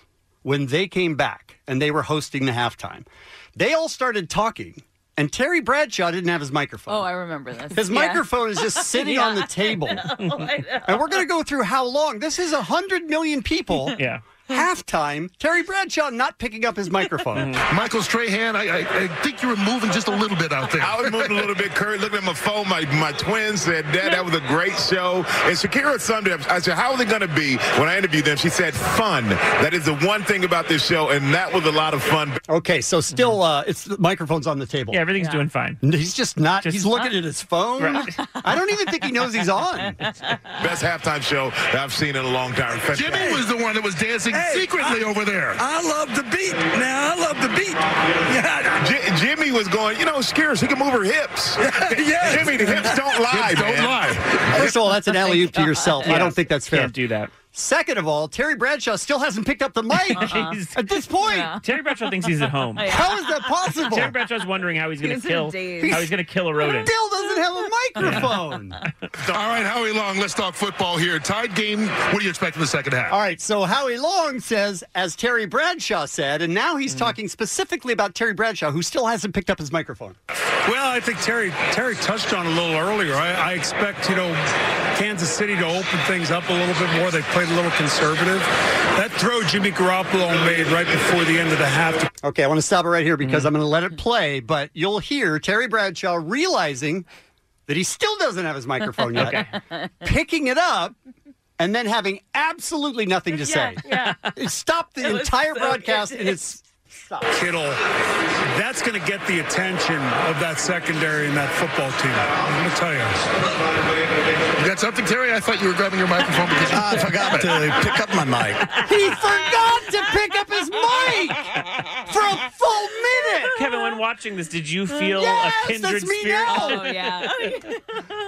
when they came back and they were hosting the halftime, they all started talking, and Terry Bradshaw didn't have his microphone. Oh, I remember this. His Yeah. microphone is just sitting on the Yeah, I table. know, I know. And we're going to go through how long. This is 100 million people. yeah. Halftime, Terry Bradshaw not picking up his microphone. Mm-hmm. Michael Strahan, I, I, I think you were moving just a little bit out there. I was moving a little bit. Curry looking at my phone. My my twin said, "Dad, that was a great show." And Shakira summed it up. I said, "How is it going to be?" When I interviewed them, she said, "Fun." That is the one thing about this show, and that was a lot of fun. Okay, so still, uh, it's the microphone's on the table. Mm-hmm. Yeah, everything's doing fine. He's just not. Just- he's looking at his phone. Right. I don't even think he knows he's on. Best halftime show that I've seen in a long time. Jimmy was the one that was dancing secretly over there. I love the beat. Now I love the beat. Jimmy was going. You know, Shakira, she can move her hips. Yes. Jimmy, the hips don't lie. Hips don't man. lie. First of all, that's an alley oop to yourself. I Yeah. don't think that's fair. Can't do that. Second of all, Terry Bradshaw still hasn't picked up the mic He's- at this point. Terry Bradshaw thinks he's at home. How is that possible? Terry Bradshaw's wondering how he's going He's to kill. enraged. How he's going to kill a rodent. Still doesn't have a microphone. All right, Howie Long, let's talk football here. Tied game. What do you expect in the second half? All right, so Howie Long says, as Terry Bradshaw said, and now Mm. he's talking specifically about Terry Bradshaw, who still hasn't picked up his microphone. Well, I think Terry Terry touched on it a little earlier. I, I expect you know Kansas City to open things up a little bit more. They played a little conservative. That throw Jimmy Garoppolo made right before the end of the half. Mm-hmm. to- Okay, I want to stop it right here because I'm going to let it play, but you'll hear Terry Bradshaw realizing that he still doesn't have his microphone yet, picking it up, and then having absolutely nothing to say. It stopped the It was entire so broadcast in ridiculous. its Kittle, that's going to get the attention of that secondary and that football team. I'm going to tell you. You got something, Terry? I thought you were grabbing your microphone because I Ah, forgot to pick up my mic. He forgot to pick up his mic for a full minute. Kevin, when watching this, did you feel Yes, a kindred that's me spirit? now. Uh, Oh, yeah.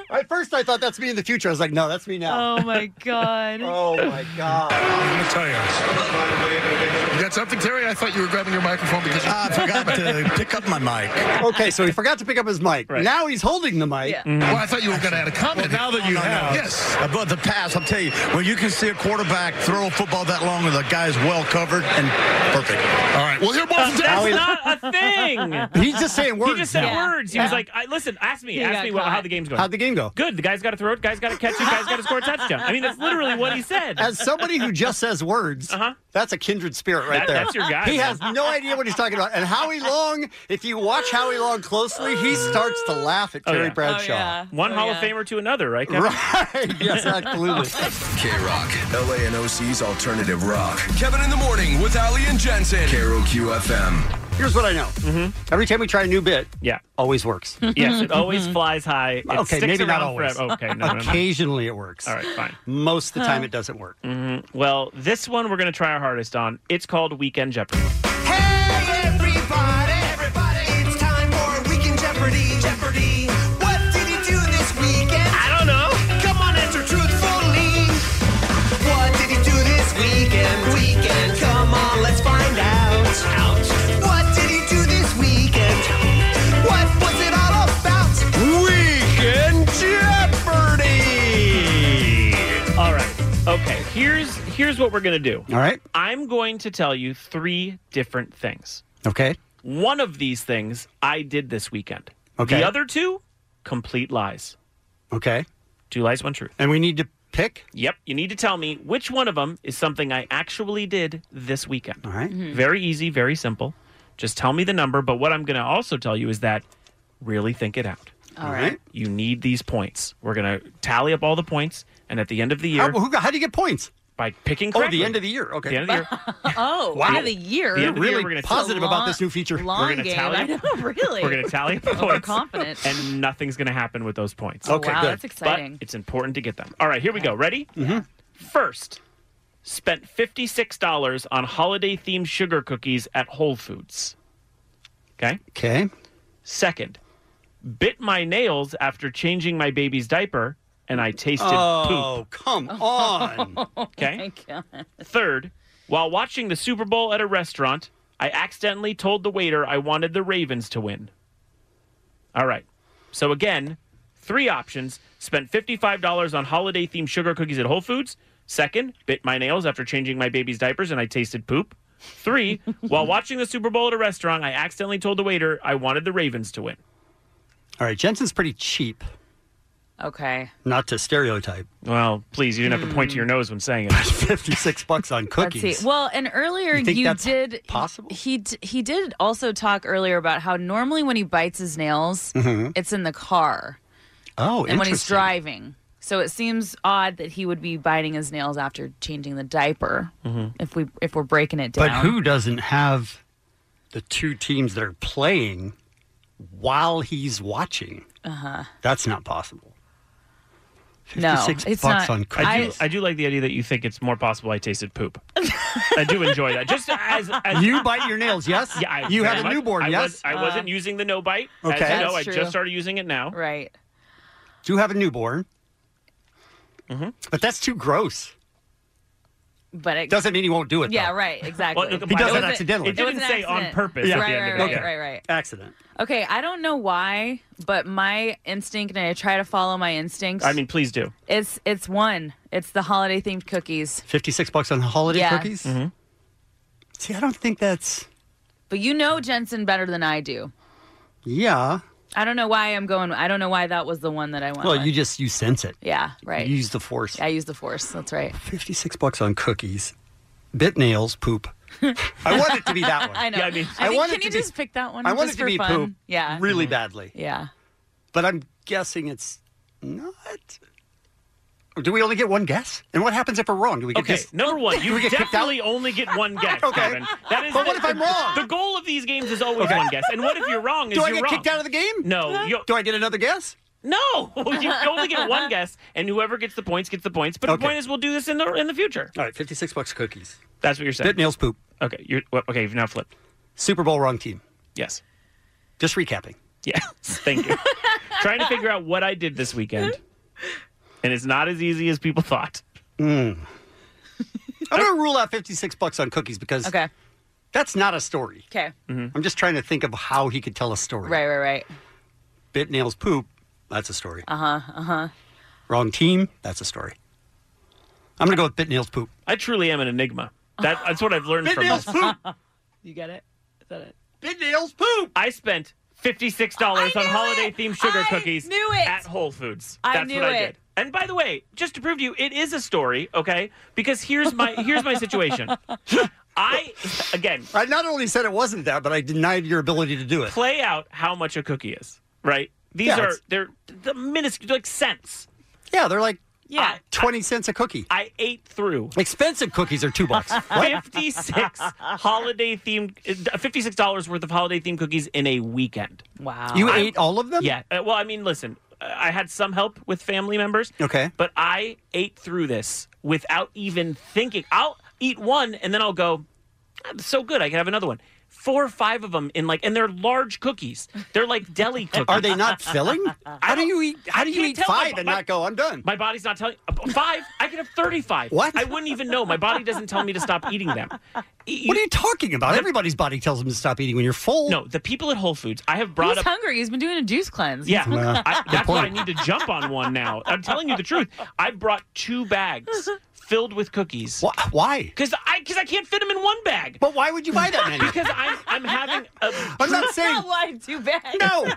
At first, I thought that's me in the future. I was like, no, that's me now. Oh my god. oh my god. I'm going to tell you. You got something, Terry? I thought you were grabbing your microphone because Ah, I forgot to pick up my mic. Okay, so he forgot to pick up his mic. Now he's holding the mic. Mm-hmm. Well, I thought you were going to add a comment. Mm. Oh, Well, now that you have. Yes. Above Uh, the pass, I'll tell you, when you can see a quarterback throw a football that long, the guy's well covered and perfect. All right, we'll hear more from That's Terry. not a thing. He's just saying He words just said now. words. He was Yeah. like, I, "Listen, ask me, He ask got me what, how caught. the game's going. How'd the game go? Good. The guy's got to throw it. Guy's got to catch it. Guy's got to score a touchdown. I mean, that's literally what he said. Uh-huh. As somebody who just says words, that's a kindred spirit right That- there. that's your guy, He man. has no idea what he's talking about. And Howie Long, if you watch Howie Long closely, he starts to laugh at Oh, Terry yeah. Bradshaw. One Hall of Oh, yeah. Famer to another, right? Kevin? Right. yes, absolutely. K Rock, LA and OC's alternative rock. Kevin in the Morning with Ali and Jensen. KROQ FM. Here's what I know. Every time we try a new bit, yeah, always works. yes, it always Mm-hmm. flies high. It okay, sticks maybe not around always. Forever. Okay, no, no, no. Occasionally it works. All right, fine. Most of the time it doesn't work. Mhm. Well, this one we're going to try our hardest on. It's called Weekend Jeopardy. Everybody, everybody, it's time for Weekend Jeopardy. Jeopardy. What did you do this weekend? I don't know. Come on, answer truthfully. What did you do this weekend? Weekend. Come on, let's find out. Out. What did you do this weekend? What was it all about? Weekend Jeopardy. All right. Okay. Here's here's what we're going to do. All right. I'm going to tell you three different things. Okay. One of these things I did this weekend. Okay. The other two, complete lies. Okay. Two lies, one truth. And we need to pick. Yep. You need to tell me which one of them is something I actually did this weekend. All right. Mhm. Very easy, very simple. Just tell me the number. But what I'm going to also tell you is that really think it out. All right. You need these points. We're going to tally up all the points. And at the end of the year. How, who, how do you get points? By picking Oh, correctly. the end of the year. Okay. The end of the year. oh, Wow. end of the year. The end of the year, we're gonna- It's a long- Long We're gonna game. tally I up- know, really. We're going to tally up the points. Overconfident. And nothing's going to happen with those points. Oh, Okay, wow, good. that's exciting. But it's important to get them. All right, here we go. Ready? Mm-hmm. First, spent $56 on holiday themed sugar cookies at Whole Foods. Okay. Okay. Second, bit my nails after changing my baby's diaper and I tasted Oh, poop. come on. Oh, Okay. Third, while watching the Super Bowl at a restaurant, I accidentally told the waiter I wanted the Ravens to win. All right. So again, three options. Spent $55 on holiday themed sugar cookies at Whole Foods. Second, bit my nails after changing my baby's diapers and I tasted poop. Three, while watching the Super Bowl at a restaurant, I accidentally told the waiter I wanted the Ravens to win. All right. Jensen's pretty cheap, Okay. not to stereotype. Well, please, you didn't have to point to your nose when saying it. 56 bucks on cookies. Let's see. Well, and earlier You you, think that's did possible. He d- he did also talk earlier about how normally when he bites his nails, Mhm. it's in the car oh, and when he's interesting. driving. So it seems odd that he would be biting his nails after changing the diaper. Mm-hmm. If we if we're breaking it down, But who doesn't have the two teams that are playing while he's watching? Uh huh. That's not possible. No, 56 it's bucks not. on I do, cookies. I do like the idea that you think it's more possible I tasted poop. I do enjoy that. Just as, as You bite your nails, Uh-huh. yes? Yeah, I, You have very a much. newborn, I yes? Was, I wasn't using the no bite. Okay. as you know, That's I true. just started using it now. Uh, Right. Do have a newborn. Mm-hmm. But that's too gross. But it Doesn't mean he won't do it. Yeah, though. right. Exactly. he does it accidentally. was an accident. Right, right, right, right, right. Accident. Okay, I don't know why, but my instinct, and I try to follow my instincts. I mean, please do. it's it's one. It's the holiday themed cookies. 56 bucks on holiday Yeah. cookies? Mm-hmm. See, I don't think that's. But you know Jensen better than I do. Yeah. I don't know why I'm going. I don't know why that was the one that I went. Well, with. you just you sense it. yeah, right. You use the force. I use the force. That's right. 56 bucks on cookies, bit nails, poop. I want it to be that one. I know. Yeah, I, I mean- I I think, want can it you to be- just pick that one? I want it just to for be fun? poop Yeah. really badly. Yeah. Mm-hmm. But I'm guessing it's not. Do we only get one guess? And what happens if we're wrong? Do we get Okay, just- number one, Do you we get kicked out? definitely only get one guess, Okay. Kevin. That is But the- what if I'm wrong? The goal of these games is always Okay. one guess. And what if you're wrong? Is Do I you're get wrong. kicked out of the game? No. you- Do I get another guess? No, you only get one guess, and whoever gets the points gets the points. But Okay. the point is, we'll do this in the in the future. All right, 56 bucks cookies. That's what you're saying. Bit nails, poop. Okay, you're well, okay. You've now flipped. Super Bowl wrong team. Yes. Just recapping. Yeah. Thank you. Trying to figure out what I did this weekend, and it's not as easy as people thought. Mm. I'm going to rule out 56 bucks on cookies because Okay. that's not a story. Okay. Mm-hmm. I'm just trying to think of how he could tell a story. Right. Right. Right. Bit nails poop, that's a story. Uh huh. Uh huh. Wrong team, that's a story. I'm going to go with bit nails poop. I truly am an enigma. That, that's what I've learned Bit from nails this. poop. You get it? Is that it? Big nails poop. I spent fifty-six dollars on holiday-themed sugar cookies at Whole Foods. I That's knew what I it. did. And by the way, just to prove to you, it is a story, okay? Because here's my here's my situation. I again, I not only said it wasn't that, but I denied your ability to do it. play out how much a cookie is, right? These Yeah, are it's- they're the minuscule like cents. Yeah, they're like Yeah. 20 cents a cookie. I ate through. Expensive cookies are two bucks. What? 56 holiday themed $56 uh, worth of holiday themed cookies in a weekend. Wow. You ate all of them? Yeah. Uh, well, I mean, listen, I had some help with family members. Okay. But I ate through this without even thinking. I'll eat one and then I'll go, "Ah, it's so good. I can have another one. Four or five of them in like, and they're large cookies. They're like deli cookies. Are they not filling? How do you eat? How do you can't eat tell my five bo- and my- not go? I'm done. My body's not telling. uh, Five? I could have 35. What? I wouldn't even know. Oh, My body doesn't tell me to stop eating them. You- What are you talking about? Everybody's body tells them to stop eating when you're full. No, the people at Whole Foods, I have brought He's up. hungry. He's been doing a juice cleanse. Yeah, He's- I, that's why I need to jump on one now. I'm telling you the truth. I brought two bags filled with cookies. Why? Because I because I can't fit them in one bag. But why would you buy that many? because I'm I'm having a. I'm not saying- why too bad. No.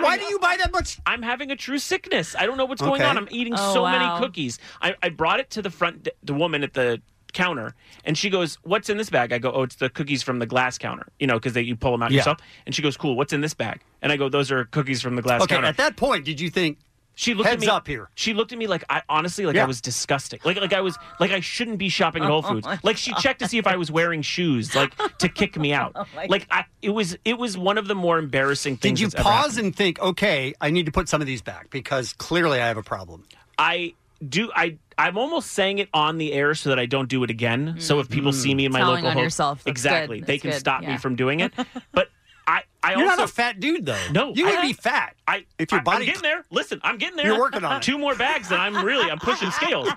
Why do you buy that much? I'm having a true sickness. I don't know what's going Okay. on. I'm eating Oh, so wow. many cookies. I, I brought it to the front, d- the woman at the counter, and she goes, "What's in this bag?" I go, "Oh, it's the cookies from the glass counter." You know, because you pull them out Yeah. yourself. And she goes, "Cool. What's in this bag?" And I go, "Those are cookies from the glass okay, counter." at that point, did you think she looked heads at me, up here? She looked at me like I honestly like Yeah. I was disgusting. Like like I was like I shouldn't be shopping at Whole Oh Foods. my like she checked to see if I was wearing shoes, like to kick me out. Oh my like I, it was it was one of the more embarrassing things. Did you that's ever happened. pause and think, okay, I need to put some of these back because clearly I have a problem? I do. I I'm almost saying it on the air so that I don't do it again. So if people Mm. see me in my Telling local on ho- yourself. That's exactly, good. they That's can good. stop Yeah. me from doing it. But I I You're also not a fat dude, though. no, You would I- be fat. I if your I- body- I'm getting there. Listen, I'm getting there. You're working on it. two more bags, and I'm really I'm pushing scales.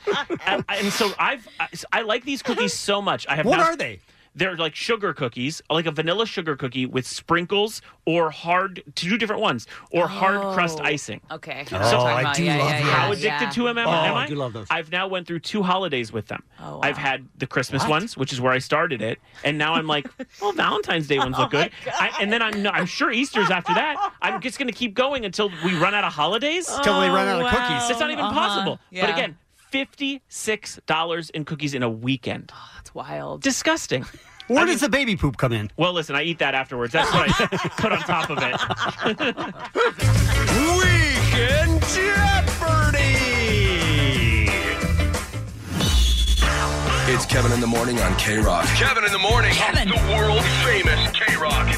and, and so I've I, I like these cookies so much. I have What now- are they? They're like sugar cookies, like a vanilla sugar cookie with sprinkles or hard two different ones or hard crust Oh. icing. Okay. So That's what I'm talking about. Yeah, yeah, yeah, How addicted yeah. to them am, Oh, am I I? do love those. I've now went through two holidays with them. Oh, wow. I've had the Christmas What? ones, which is where I started it, and now I'm like, well, Valentine's Day ones Oh, look good. I, and then I'm I'm sure Easter's after that. I'm just going to keep going until we run out of holidays. Till we run out of Oh, cookies. It's not even wow. possible. Uh-huh. But Yeah. again, fifty six dollars in cookies in a weekend. Oh, That's wild. Disgusting. Where does the baby poop come in? Well, listen, I eat that afterwards. That's what I put on top of it. Weekend Jeopardy! It's Kevin in the Morning on K Rock. Kevin in the morning. Kevin. The world famous K Rock.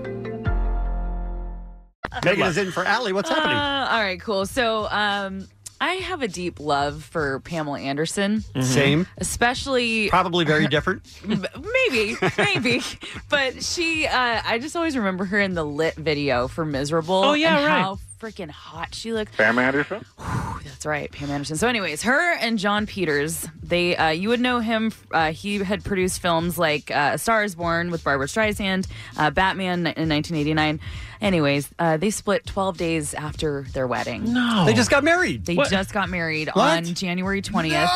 Megan is in for Allie. What's happening? Uh, all right, cool. So, um, I have a deep love for Pamela Anderson. Mhm. Same. Especially. Probably very different. maybe, maybe. But she, uh, I just always remember her in the lit video for Miserable. Oh, yeah, and right. How freaking hot she looked. Sam Anderson? That's right, Pam Anderson. So, anyways, her and John Peters, they uh, you would know him. Uh, he had produced films like uh, A Star Is Born with Barbara Streisand, uh, Batman in 1989. Anyways, uh, they split 12 days after their wedding. No. They just got married. They What? just got married What? on January 20th.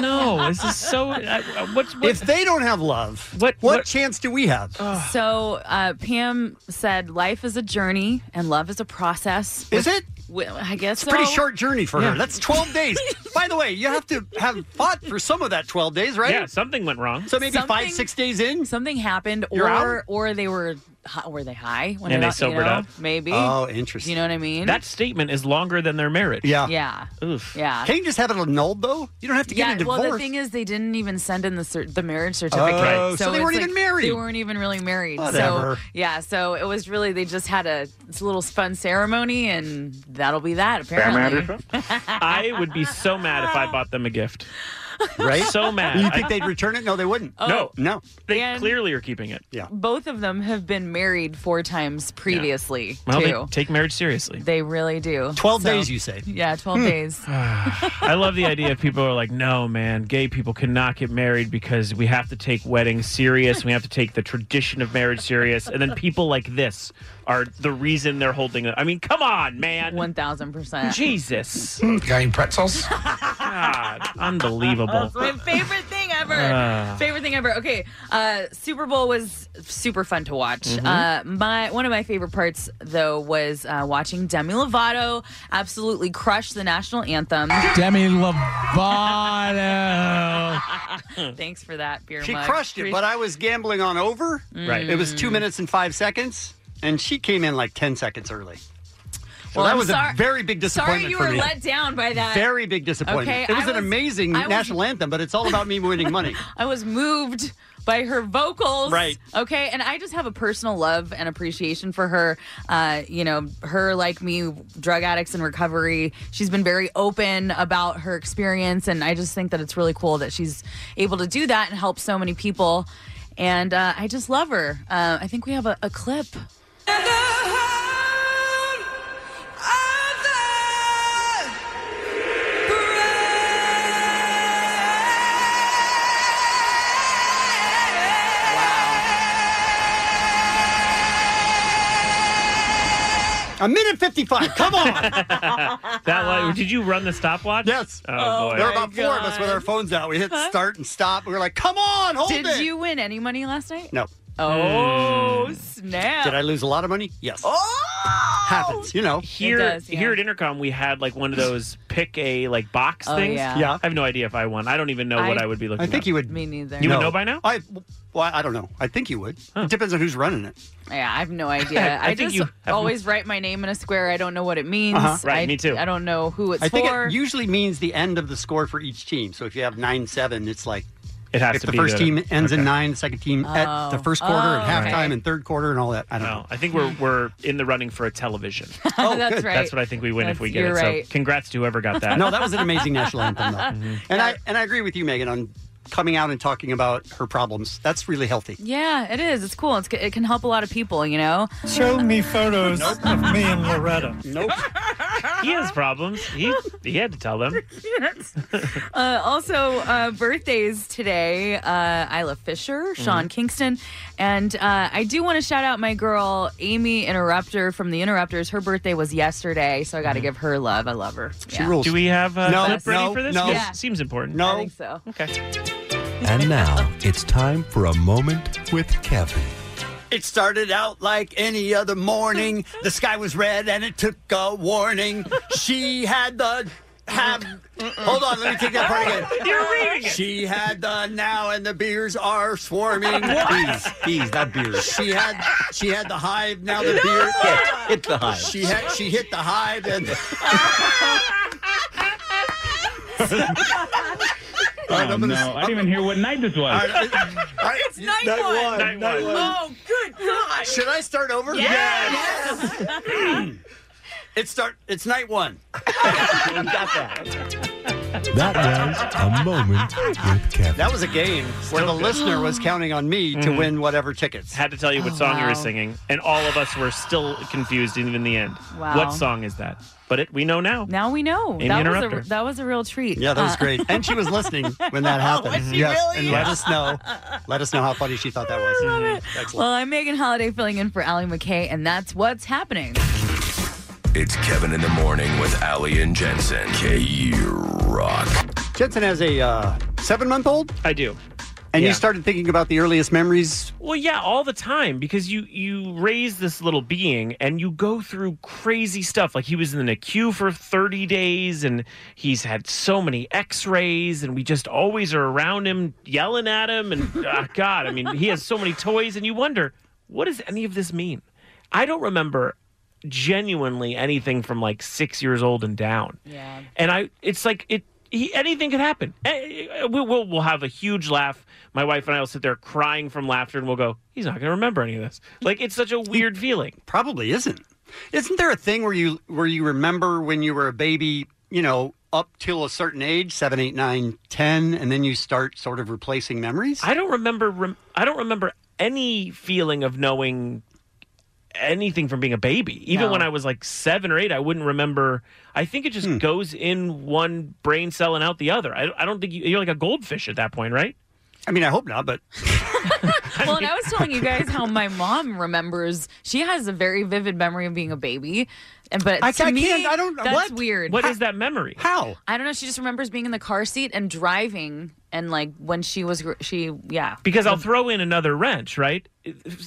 no, this is so. I, I- what's If they don't have love, what, what, chance do we have? So uh, Pam said, "Life is a journey, and love is a process." Is it? Well, I guess It's a pretty so. short journey for Yeah. her. That's 12 days. By the way, you have to have fought for some of that 12 days, right? Yeah, something went wrong. So maybe five, six days in, something happened, You're or out? or they were hi- were they high And they got- you sobered know, up. Maybe. Oh, interesting. You know what I mean? That statement is longer than their marriage. Yeah. yeah, Oof. yeah. Can't you just have it annulled, though? You don't have to yeah, get a divorce. well, the thing is, they didn't even send in the cer- the marriage certificate, Oh, so they it's weren't like even married. They weren't even really married. Whatever. So yeah, so it was really they just had a, it's a little fun ceremony, and that'll be that. Apparently, I would be so mad if I bought them a gift. right? So mad. You think I- they'd return it? No, they wouldn't. Oh. No. No. They And- clearly are keeping it. Yeah. both of them have been married four times previously Well, too. they take marriage seriously. They really do. 12 days, you say? Yeah, 12 Hmm. days. I love the idea of people who are like, no, man, gay people cannot get married because we have to take weddings serious. We have to take the tradition of marriage serious. And then people like this are the reason they're holding it. I mean, come on, man. 1000%. Jesus. Got any pretzels? God, unbelievable. My favorite thing ever. Ah. Favorite thing ever. Okay, uh, Super Bowl was super fun to watch. Mhm. Uh, my one of my favorite parts though was uh, watching Demi Lovato absolutely crush the national anthem. Demi Lovato. Thanks for that beer She mug. crushed it, but I was gambling on over. Right. It was two minutes and five seconds, and she came in like 10 seconds early. So Well, that I'm was sorry- a very big disappointment Sorry, you for were me. let down by that. Very big disappointment. Okay, it was, I an amazing I was- national anthem, but it's all about me winning money. I was moved by her vocals. Right. Okay. And I just have a personal love and appreciation for her. Uh, you know, her, like me, drug addicts in recovery. She's been very open about her experience. And I just think that it's really cool that she's able to do that and help so many people. And uh, I just love her. Uh, I think we have a, a clip. A minute 55. Come on. that like, did you run the stopwatch? Yes. Oh, boy. there were about four of us with our phones out. We hit start and stop. We were like, come on, hold Did it. you win any money last night? No. Hmm. Oh, snap. Did I lose a lot of money? Yes. Oh! Happens, you know. Here, does, yeah. here at Intercom, we had like one of those pick a like box Oh, things. yeah. Yeah. I have no idea if I won. I don't even know what I would be looking. I think up. you would. Me neither. You would know by now? I, well, I don't know. I think you would. It depends on who's running it. Yeah, I have no idea. I, I think just you have- always write my name in a square. I don't know what it means. Uh-huh. Right, I, me too. I don't know who it's I think for. it usually means the end of the score for each team. So if you have 9 7, it's like. It has if to the be first the- team ends okay. in nine, the second team at the Oh. first quarter, Oh, at halftime, okay. and third quarter, and all that. I don't know. No, I think we're we're in the running for a television. Oh, That's good. right. That's what I think we win if That's- we get you're it. right. So, congrats to whoever got that. Mm-hmm. No, that was an amazing national anthem, though. And I and I agree with you, Megan, on coming out and talking about her problems. That's really healthy. yeah, it is. It's cool. It's, it can help a lot of people, you know? Show me photos of me and Loretta. Nope. he has problems. He he had to tell them. Yes. uh, also, uh, birthdays today uh, Isla Mm-hmm. Fisher, Sean Mhm. Kingston. And uh, I do want to shout out my girl, Amy Interrupter from The Interrupters. Her birthday was yesterday, so I Mm-hmm. got to give her love. I love her. Yeah. Do we have uh, No, clip ready no, for this? no. This Yeah. seems important. I think so. Okay. And now it's time for a moment with Kevin. It started out like any other morning. The sky was red and it took a warning. She had the have. Hold on, let me take that part again. You're reading it. She had the now and the beers are swarming. What? Bees, bees, not beers. She had she had the hive. Now the beer hit the hive. She had she hit the hive and. Oh, no. I didn't even hear what night this was. it's night, one. Night one. Oh, good God. Should I start over? Yes. it start. It's night one. we got that. That was a moment with Kevin. That was a game where Still the good. listener was counting on me to Mhm. win whatever tickets. Had to tell you what song you wow. were singing, and all of us were still confused even in the end. Wow. What song is that? But it, we know now. Now we know. Amy Oh, that was Interrupter. a that was a real treat. Yeah, that was Uh, great. And she was listening when that happened. Oh, Was she yes, really? and let us know. Let us know how funny she thought that was. Well, Excellent. I'm Megan Holiday filling in for Allie McKay, and that's what's happening. It's Kevin in the Morning with Ali and Jensen. K Rock. Jensen has a uh, seven-month-old. I do. And Yeah. you started thinking about the earliest memories. Well, yeah, all the time because you you raise this little being and you go through crazy stuff. Like he was in a queue for 30 days and he's had so many x-rays and we just always are around him yelling at him and ah, god, I mean, he has so many toys and you wonder, what does any of this mean? I don't remember genuinely anything from like 6 years old and down. Yeah. And I, it's like it. He, anything could happen. Eh, eh, We'll, we'll we'll have a huge laugh. My wife and I will sit there crying from laughter, and we'll go, "He's not going to remember any of this." Like it's such a weird feeling. Probably isn't. Isn't there a thing where you where you remember when you were a baby? You know, up till a certain age, seven, eight, nine, ten, and then you start sort of replacing memories. I don't remember. Rem- I don't remember any feeling of knowing anything from being a baby. Even No. when I was like seven or eight, I wouldn't remember. I think it just Hmm. goes in one brain cell and out the other. I, I don't think you, you're like a goldfish at that point, right? I mean, I hope not, but well, and I was telling you guys how my mom remembers. She has a very vivid memory of being a baby, and but I to can't- me, I don't- That's what? weird. What What is is that memory? How? I don't know. She just remembers being in the car seat and driving, and like when she was, gr- she yeah. Mm. Because I'll throw in another wrench, right?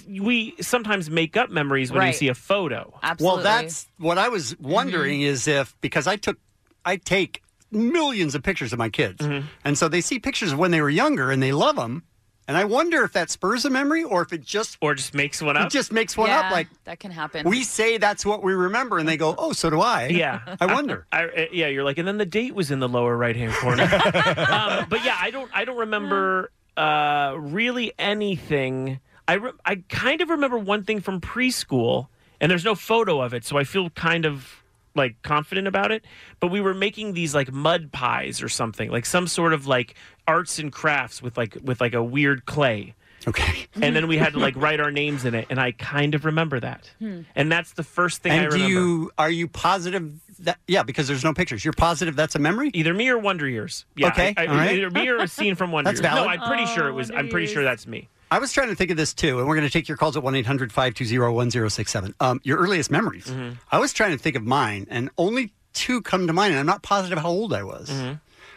We sometimes make up memories when we Right. see a photo. Well, that's what I was wondering Mm-hmm. is if because I took I take millions of pictures of my kids, Mm-hmm. and so they see pictures of when they were younger and they love them, and I wonder if that spurs a memory or if it just or just makes one It just makes one Yeah, up. Like that can happen. we say that's what we remember, and they go, "Oh, so do I." Yeah, I wonder. I, I- yeah, you're like, and then the date was in the lower right hand corner. um, but yeah, I don't, I don't remember uh, really anything. I, re- I kind of remember one thing from preschool, and there's no photo of it, so I feel kind of like confident about it. But we were making these like mud pies or something, like some sort of like arts and crafts with like with like a weird clay. Okay. And then we had to like write our names in it, and I kind of remember that. And that's the first thing I and do remember. you are you positive that yeah because there's no pictures. You're positive that's a memory. Either me or Wonder Years. Yeah, okay. I, I, all right. Either me or a scene from Wonder That's Years. No, valid. I'm pretty sure it was. I'm pretty sure that's me. I was trying to think of this too, and we're going to take your calls at 1 800 520 1067. Um, Your earliest memories. Mhm. I was trying to think of mine, and only two come to mind, and I'm not positive how old I was. Mm-hmm.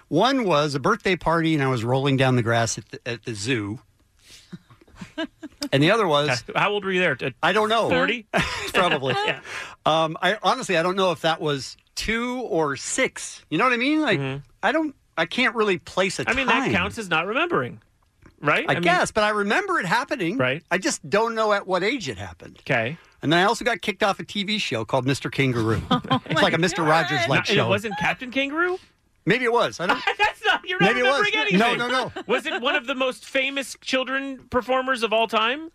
One was a birthday party, and I was rolling down the grass at the, at the zoo. and the other was. How old were you there? I don't know. 40? Probably. um, I Honestly, I don't know if that was two or six. You know what I mean? Like, I don't. I can't really place a Mm-hmm. I mean, that time. counts as not remembering, right? I, mean- guess, but I remember it happening. Right. I just don't know at what age it happened. Okay. And then I also got kicked off a TV show called Mr. Kangaroo. Oh it's like a Mr. Rogers like Not- show. It wasn't Captain Kangaroo. Maybe it was. I don't. That's not. You're not Maybe it was. remembering anything. No, no, no. Was it one of the most famous children performers of all time?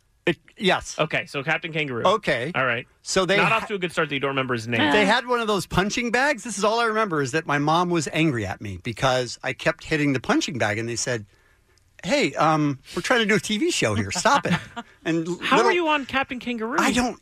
yes. Okay, so Captain Kangaroo. Okay. All right. So they not ha- off to a good start. That you don't remember his name. They had one of those punching bags. This is all I remember is that my mom was angry at me because I kept hitting the punching bag, and they said, "Hey, um, we're trying to do a TV show here. Stop it!" And How little- were you on Captain Kangaroo? I don't.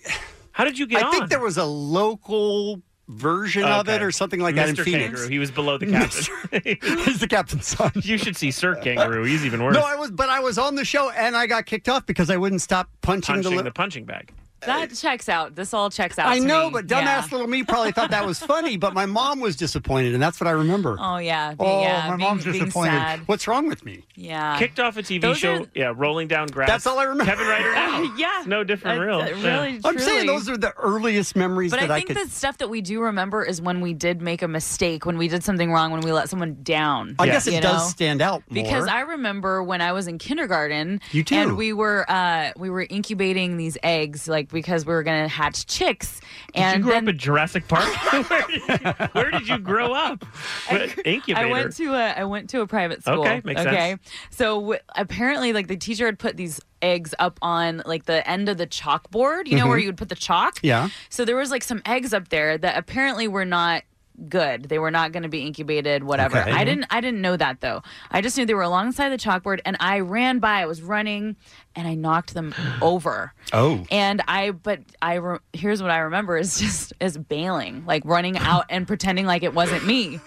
How did you get I on? think there was a local version of it Okay. or something like that in Mr. Phoenix. Kangaroo. He was below the captain. He's the captain's son. You should see Sir Kangaroo. He's even worse. No, I was, but I was on the show and I got kicked off because I wouldn't stop punching, punching the. the, Li- punching bag. that checks out. This all checks out. I to know, me. but Yeah. dumbass little me probably thought that was funny, but my mom was disappointed, and that's what I remember. Oh yeah. Being, Oh, yeah, my being- mom's being disappointed. sad. What's wrong with me? Yeah. Kicked off a TV Those show. are- yeah, rolling down grass. That's all I remember. Kevin Ryder now. yeah. It's no different, That's- real. uh, Yeah. really, I'm saying truly. those are the earliest memories But that I think could. the stuff that we do remember is when we did make a mistake, when we did something wrong, when we let someone down. I guess you it does know? stand out more. Because I remember when I was in kindergarten, You too. and we were uh, we were incubating these eggs, like because we were gonna hatch chicks. Did you And grow then up at Jurassic Park? where, did you, where did you grow up? What, incubator. I went to a I went to a private school. Okay, makes sense. Okay, so w- apparently, like the teacher had put these eggs up on like the end of the chalkboard. You know Mm-hmm. where Mhm. you would put the chalk. Yeah. So there was like some eggs up there that apparently were not good. They were not going to be incubated, whatever. Okay. I didn't I didn't know that though. I just knew they were alongside the chalkboard and I ran by, I was running and I knocked them over. Oh. And I but I re- here's what I remember is just is bailing, like running out and pretending like it wasn't me.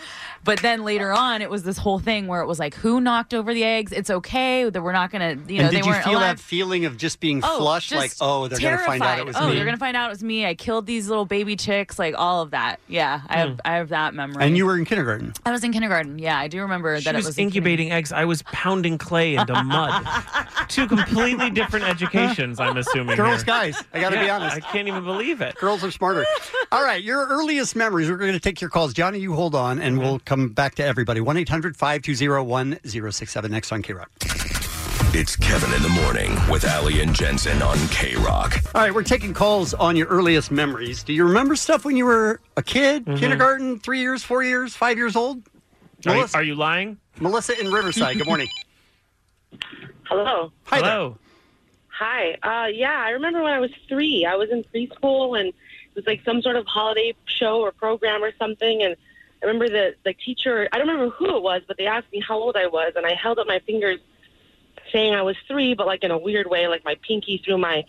But then later on, it was this whole thing where it was like, who knocked over the eggs? It's okay that we're not gonna, you know, and they did you weren't feel allowed that feeling of just being flushed, like, just oh, they're going to find out terrified. it was oh, me? they're gonna find out it was me. I killed these little baby chicks, like all of that. Yeah, I Hmm. have, I have that memory. And you were in kindergarten. I was in kindergarten. Yeah, I do remember She that was, it was in incubating eggs. I was pounding clay into mud. Two completely different educations, I'm assuming. Girls, here. guys, I gotta be Yeah, honest. I can't even believe it. Girls are smarter. All right, your earliest memories. We're going to take your calls. Johnny, you hold on, Mm-hmm. and we'll come back to everybody. 1 800 520 1067 next on K Rock. It's Kevin in the Morning with Ali and Jensen on K Rock. All right, we're taking calls on your earliest memories. Do you remember stuff when you were a kid, kindergarten, three years, four years, five years old? Mm-hmm. Are you, are you lying? Melissa in Riverside. Good morning. Hello. Hi there. Hello. Hi. Uh, yeah, I remember when I was three. I was in preschool, and it was like some sort of holiday show or program or something. And I remember the the teacher. I don't remember who it was, but they asked me how old I was, and I held up my fingers, saying I was three, but like in a weird way, like my pinky through my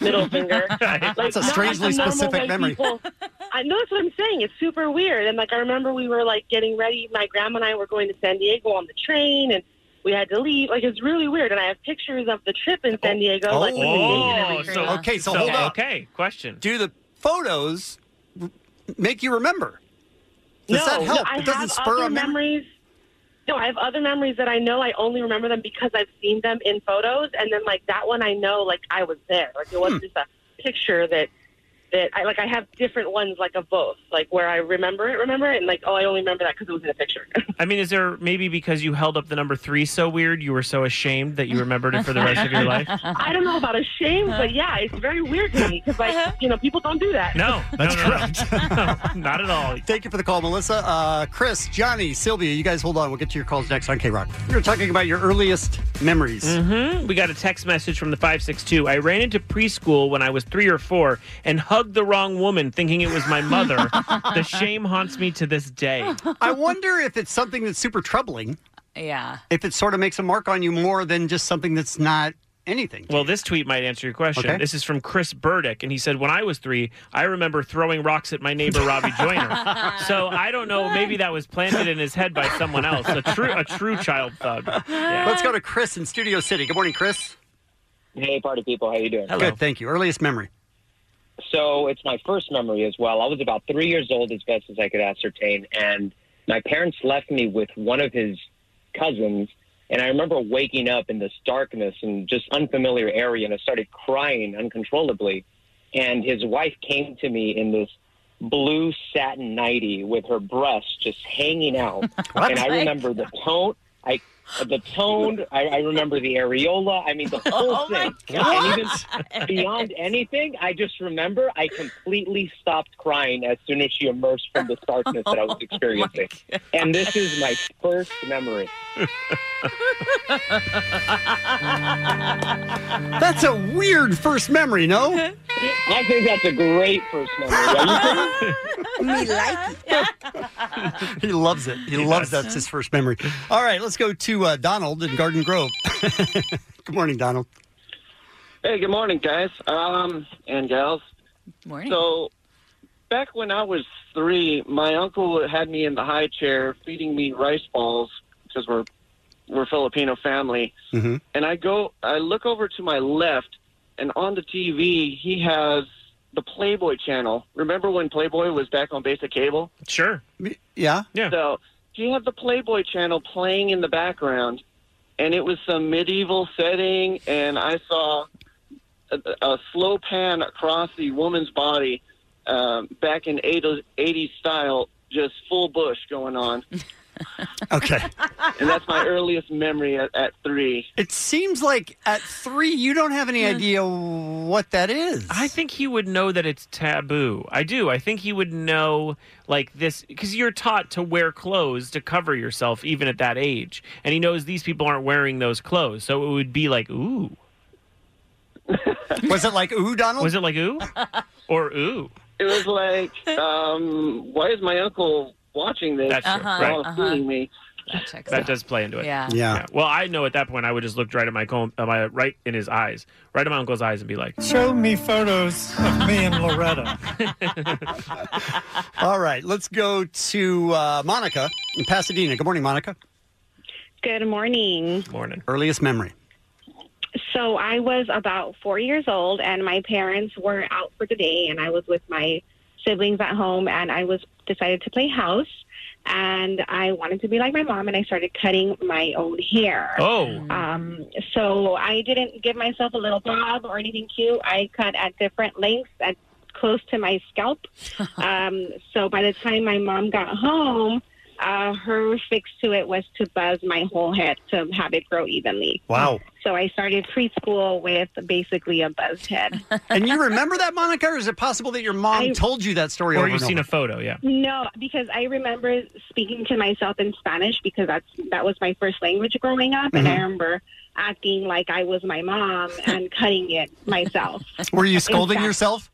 middle finger. Like, That's a not like strangely the normal specific way memory. people- I know that's what I'm saying. It's super weird. And like I remember we were like getting ready. My grandma and I were going to San Diego on the train, and we had to leave. Like it's really weird. And I have pictures of the trip in San Diego. Oh. like with the date and everything. okay, so, hold on. Okay, question. Do the photos r- make you remember? Does no, that help? No, I it doesn't have spur other a memory. memories. No, I have other memories that I know I only remember them because I've seen them in photos, and then like that one I know like I was there. Like Hmm. it wasn't just a picture that that I like. I have different ones like of both, like where I remember it, remember it, and like oh, I only remember that because it was in a picture. I mean, is there maybe because you held up the number three so weird, you were so ashamed that you remembered it for the rest of your life? I don't know about ashamed, but yeah, it's very weird to me because like you know people don't do that. No, that's correct. Not at all. Thank you for the call, Melissa. Uh, Chris, Johnny, Sylvia, you guys hold on. We'll get to your calls next on K Rock. We were talking about your earliest memories. hmm We got a text message from the 562. I ran into preschool when I was three or four and hugged the wrong woman thinking it was my mother. the shame haunts me to this day. I wonder if it's something that's super troubling, Yeah. if it sort of makes a mark on you more than just something that's not anything. Well, this tweet might answer your question. Okay. This is from Chris Burdick, and he said, When I was three, I remember throwing rocks at my neighbor Robbie Joyner. so I don't know, maybe that was planted in his head by someone else. A true a true child thug. Let's go to Chris in Studio City. Good morning, Chris. Hey, party people. How you doing? Good, thank you. Earliest memory. So it's my first memory as well. I was about three years old, as best as I could ascertain, and my parents left me with one of his cousins. And I remember waking up in this darkness and just unfamiliar area, and I started crying uncontrollably. And his wife came to me in this blue satin nightie with her breasts just hanging out, What? and I remember the tone. I the tone. I, I remember the areola. I mean, the whole Oh, my thing. And even beyond anything, I just remember I completely stopped crying as soon as she emerged from the darkness that I Oh was experiencing. and this is my first memory. That's a weird first memory, no? I think that's a great first memory. Me like he loves it. He, loves that's his first memory. All right, let's go to uh, Donald in Garden Grove. Good morning, Donald. Hey, good morning, guys um, and gals. Morning. So, back when I was three, my uncle had me in the high chair feeding me rice balls because we're we're Filipino family. Mm-hmm. And I go, I look over to my left, and on the TV he has the Playboy channel. Remember when Playboy was back on basic cable? Sure. Yeah. Yeah. So he had the Playboy channel playing in the background, and it was some medieval setting, and I saw a, a slow pan across the woman's body, um, back in 80s, 80s style, just full bush going on. okay. And that's my earliest memory at, at three. It seems like at three, you don't have any idea what that is. I think he would know that it's taboo. I do. I think he would know like this because you're taught to wear clothes to cover yourself even at that age, and he knows these people aren't wearing those clothes, so it would be like ooh. was it like ooh, Donald? Was it like ooh, or ooh? It was like, um, why is my uncle watching this That's true, while right. seeing me? That checks That does play into it. Yeah. Yeah. Well, I know at that point I would just look right at my co- uh, my right in his eyes, right in my uncle's eyes, and be like, Show me photos of me and Loretta. All right, let's go to uh, Monica in Pasadena. Good morning, Monica. Good morning. Morning. Earliest memory. So I was about four years old, and my parents were out for the day, and I was with my siblings at home, and I was decided to play house, and I wanted to be like my mom, and I started cutting my own hair. Oh. Um, so I didn't give myself a little bob or anything cute. I cut at different lengths at close to my scalp. um, so by the time my mom got home. Uh, her fix to it was to buzz my whole head to have it grow evenly. Wow. So I started preschool with basically a buzzed head. And you remember that, Monica, or is it possible that your mom I- told you that story? Or over you've and seen over? a photo, yeah. no, because I remember speaking to myself in Spanish because that's that was my first language growing up, and I Mhm. remember acting like I was my mom and cutting it myself. Were you In scolding fact- yourself?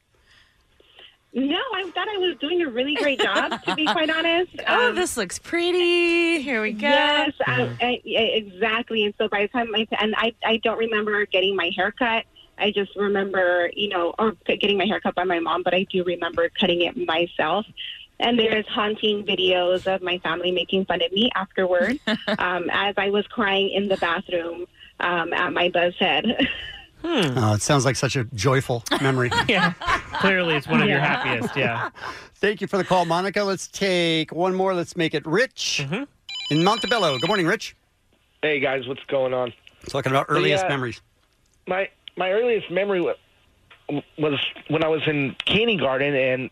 No, I thought I was doing a really great job. To be quite honest, Oh, Um, this looks pretty. Here we go. Yes, I, I, yeah, exactly. And so by the time my and I, I don't remember getting my hair cut. I just remember, you know, or getting my hair cut by my mom, but I do remember cutting it myself. And there's haunting videos of my family making fun of me afterward um, as I was crying in the bathroom um, at my buzzhead. Oh, it sounds like such a joyful memory. yeah. Clearly, it's one of your Yeah. happiest, yeah. Thank you for the call, Monica. Let's take one more. Let's make it Rich Mm-hmm. in Montebello. Good morning, Rich. Hey guys, what's going on? uh, Talking about earliest Yeah. memories. My my earliest memory wa- was when I was in kindergarten and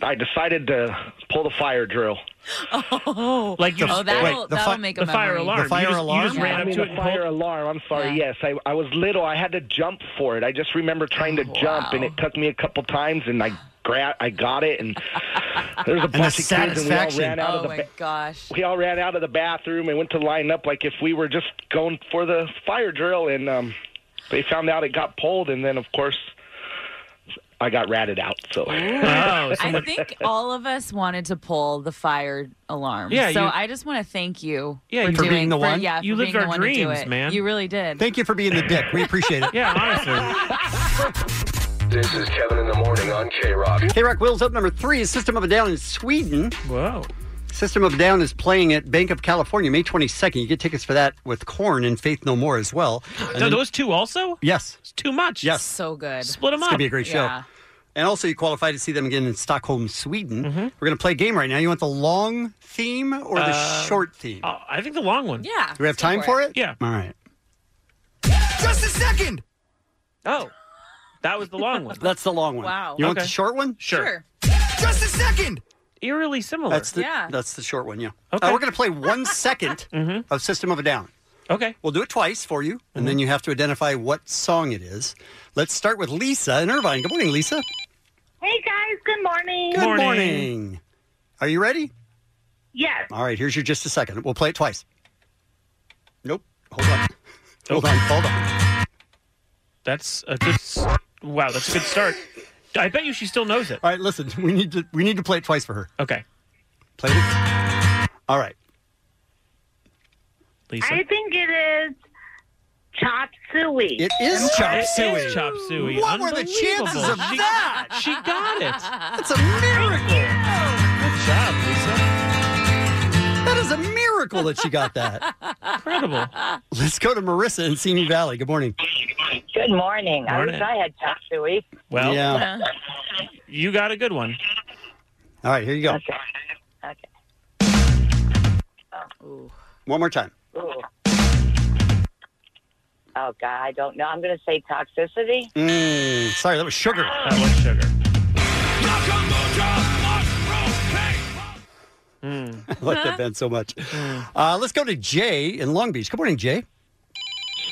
I decided to pull the fire drill. Oh, Like you oh, just- that'll, wait, the that'll fi- make a the memory. fire alarm. The fire You just- you alarm? just ran I up mean, to the it and fire alarm. I'm sorry. Yes, I, I was little. I had to jump for it. I just remember trying Oh, to jump, and it took me a couple times, and I gra- I got it, and there was a And the bunch of kids, and we all satisfaction. ran out Oh of the my ba- gosh. we all ran out of the bathroom and went to line up like if we were just going for the fire drill, and um, they found out it got pulled, and then of course I got ratted out. So Oh, I think all of us wanted to pull the fire alarm. Yeah, So you- I just want to thank you. Yeah, for, you- For doing, being the for- one? yeah, You for lived being our the one to do dreams, it. man. You really did. Thank you for being the dick. We appreciate it. yeah, honestly. This is Kevin in the Morning on K Rock. K Rock Will's up number three is System of a Down in Sweden. Wow. System of a Down is playing at Bank of California May 22nd. You get tickets for that with Corn and Faith No More as well. And No, then- those two also? Yes. It's too much. Yes. So good. Split 'em It's up. gonna be a great show. Yeah. And also, you qualify to see them again in Stockholm, Sweden. Mm-hmm. We're gonna play a game right now. You want the long theme or the Uh, short theme? I think the long one. Do we have time for it? Yeah. All right. Just a second. Oh, that was the long one. That's the long one. Wow. You want the short one? Sure. Just a second. Eerily similar. That's the that's the short one. Yeah. Okay. we're gonna play one second of System of a Down. Mm-hmm. Okay. Mm-hmm. We'll do it twice for you, and then you have to identify what song it is. Let's start with Lisa in Irvine. Good morning, Lisa. Hey guys, good morning. Good morning. Are you ready? Yes. All right, here's your just a second. We'll play it twice. Nope. Hold on. Hold on. Hold on. That's a good. s- Wow, that's a good start. I bet you she still knows it. All right, listen. We need to we need to play it twice for her. Okay. Play it. All right. Lisa. I think it is chop suey. It is chop It suey. is chop suey. What were the chances Unbelievable. of She- that? She got it. That's a miracle. Good job, Lisa. That is a miracle that she got that. Incredible. Let's go to Marissa in Simi Valley. Good morning. Good morning. I wish Morning. I had E. chop suey. Well, Yeah. you got a good one. All right, here you go. Okay. One more time. Ooh. Oh God, I don't know. I'm going to say toxicity. Ah. Mm, sorry, that was sugar. That was sugar. Hmm. I like that band so much. Uh, let's go to Jay in Long Beach. Good morning, Jay.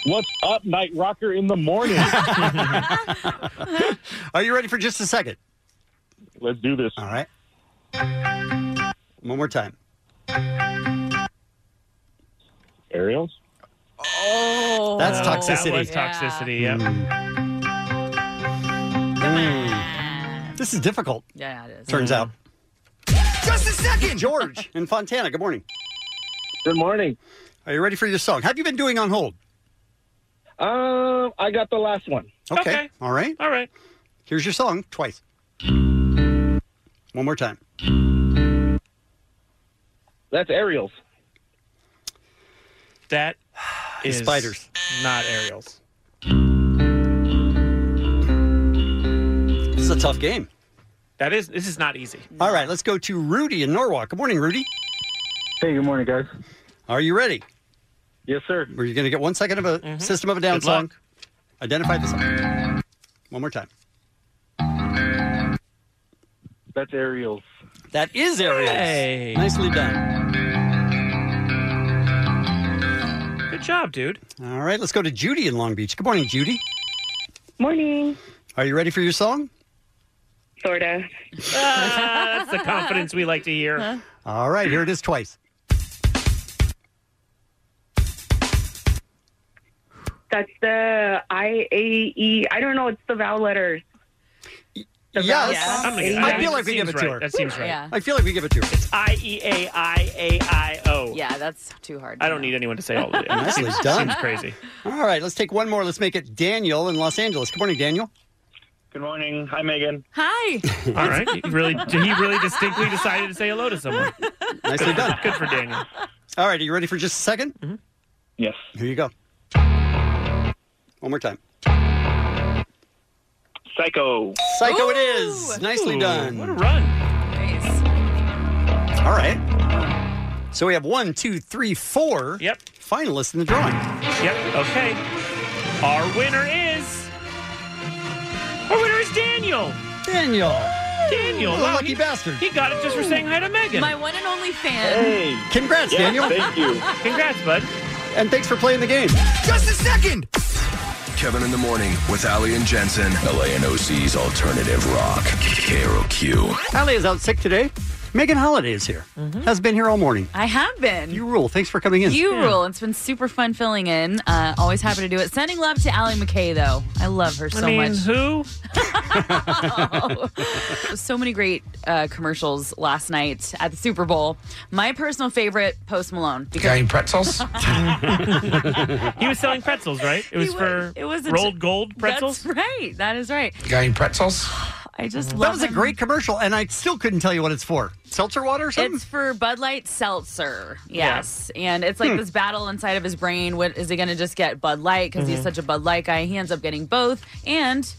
What's up, Night Rocker in the morning? Are you ready for just a second? Let's do this. All right. One more time. Aerials? Oh, That's toxicity. Hmm. That was toxicity. Yeah. Hmm. This is difficult. Yeah, it is. Turns out. Just a second. George in Fontana. Good morning. Good morning. Are you ready for your song? Have you been doing on hold? Um, I got the last one. Okay. Okay. All right. All right. Here's your song twice. One more time. that's aerials. That The is spiders. not aerials. This is a tough game. That is. This is not easy. All right, let's go to Rudy in Norwalk. Good morning, Rudy. Hey, good morning, guys. Are you ready? Yes, sir. Are you going to get one second of a System of a Down Mm-hmm. song? Good Identify the song. One more time. That's aerials. That is Ariel's. Nicely done. Good job, dude. All right, let's go to Judy in Long Beach. Good morning, Judy. Morning. Are you ready for your song? Sorta. Ah, that's the confidence we like to hear. All right, here it is twice. That's the I A E. I don't know. It's the vowel letters. The vowel Yes. sound. I, feel like we give it to her. That seems right. Yeah. I feel like we give it to her. I E A I A I O. Yeah, that's too hard. I don't need anyone to say all of it. it Nicely seems, done. seems crazy. All right, let's take one more. Let's make it Daniel in Los Angeles. Good morning, Daniel. Good morning. Hi, Megan. Hi. All right. He really, he really distinctly decided to say hello to someone. Nicely done. Good for Daniel. Mm-hmm. All right, are you ready for just a 2nd Yes. Here you go. One more time. Psycho. Psycho it is. Nicely Ooh, done. what a run. Nice. All right. So we have one, two, three, four yep. finalists in the drawing. Yep. Okay. Our winner is. Our winner is Oh, Daniel. Daniel. Daniel. What a wow, lucky he, bastard. He got it just for saying hi to Megan. My one and only fan. Congrats, Yeah, Daniel. thank you. Congrats, bud. And thanks for playing the game. Just a second. Kevin in the Morning with Ali and Jensen. LA and OC's Alternative Rock. KROQ. Allie is out sick today. Megan Holiday is here. Has been here all morning. Mm-hmm. I have been. You rule. Thanks for coming in. You rule. It's been super fun filling in. Uh, always happy to do it. Sending love to Allie McKay, though. I love her so I mean, much. who? so many great uh, commercials last night at the Super Bowl. My personal favorite, Post Malone. Guy in pretzels? he was selling pretzels, right? It was, for It was a rolled gold pretzels. That's right. That is right. Guy in pretzels? I just That love was a him. great commercial, and I still couldn't tell you what it's for. Seltzer water or something? It's for Bud Light Seltzer. Yeah. Yes. And it's like Hmm. this battle inside of his brain. What is he going to just get Bud Light because Mm-hmm. he's Mhm. such a Bud Light guy? He ends up getting both. And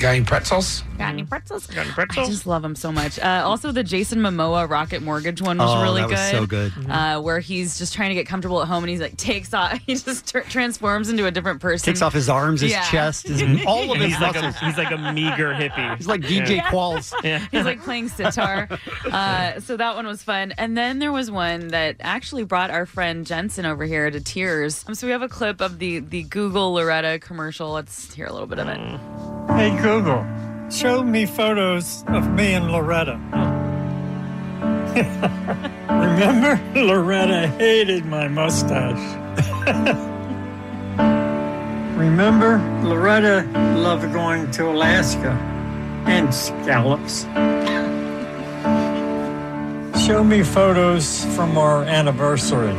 Guy in pretzels? got any pretzels? Mm. Got any pretzels? I just love him so much. Uh, also, the Jason Momoa Rocket Mortgage one was Oh, really that good. was so good. Mm-hmm. Uh, where he's just trying to get comfortable at home and he's like takes off. He just tr- transforms into a different person. Takes off his arms, his Yeah. chest, his, all of And his he's like muscles. a he's like a meager hippie. He's like DJ Yeah. Qualls. Yeah. He's like playing sitar. Uh, so that one was fun. And then there was one that actually brought our friend Jensen over here to tears. Um, so we have a clip of the, the Google Loretta commercial. Let's hear a little bit of it. Hey Google, show me photos of me and Loretta. Remember, Loretta hated my mustache. Remember, Loretta loved going to Alaska and scallops. Show me photos from our anniversary.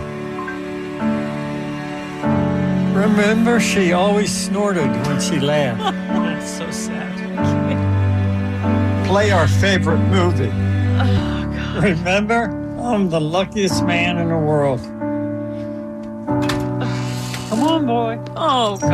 Remember, she always snorted when she laughed. That's so sad. play our favorite movie. Remember, I'm the luckiest man in the world. Come on, boy. Oh, God.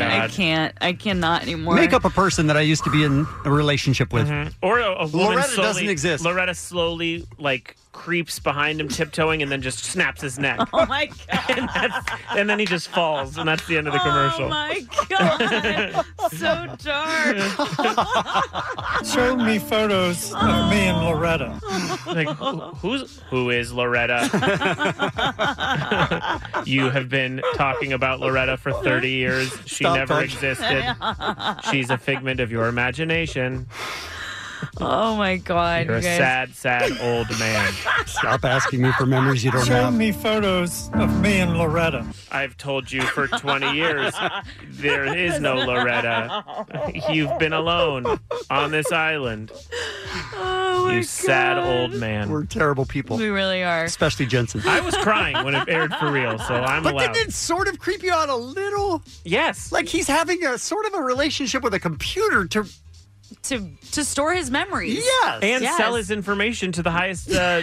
I God. can't. I cannot anymore. Make up a person that I used to be in a relationship with. Mm-hmm. Or a, a woman Loretta slowly, doesn't exist. Loretta slowly like creeps behind him, tiptoeing, and then just snaps his neck. Oh my god! and, that's, and then he just falls, and that's the end of the commercial. Oh my god. so dark. Show me photos of me and Loretta. Like who- who's who is Loretta? you have been talking about Loretta for 30 years. She Stop never punch. existed. She's a figment of your imagination. Oh my god. You're a you guys. sad, sad old man. Stop asking me for memories you don't Show have. me photos of me and Loretta. I've told you for 20 years there is no Loretta. You've been alone on this island. Oh my you sad God. old man. We're terrible people, We really are. especially Jensen. I was crying when it aired for real, so I'm but allowed. didn't it sort of creep you out a little? Yes. Like he's having a sort of a relationship with a computer to. To to store his memories. Yes. Oh and sell his information to the highest uh,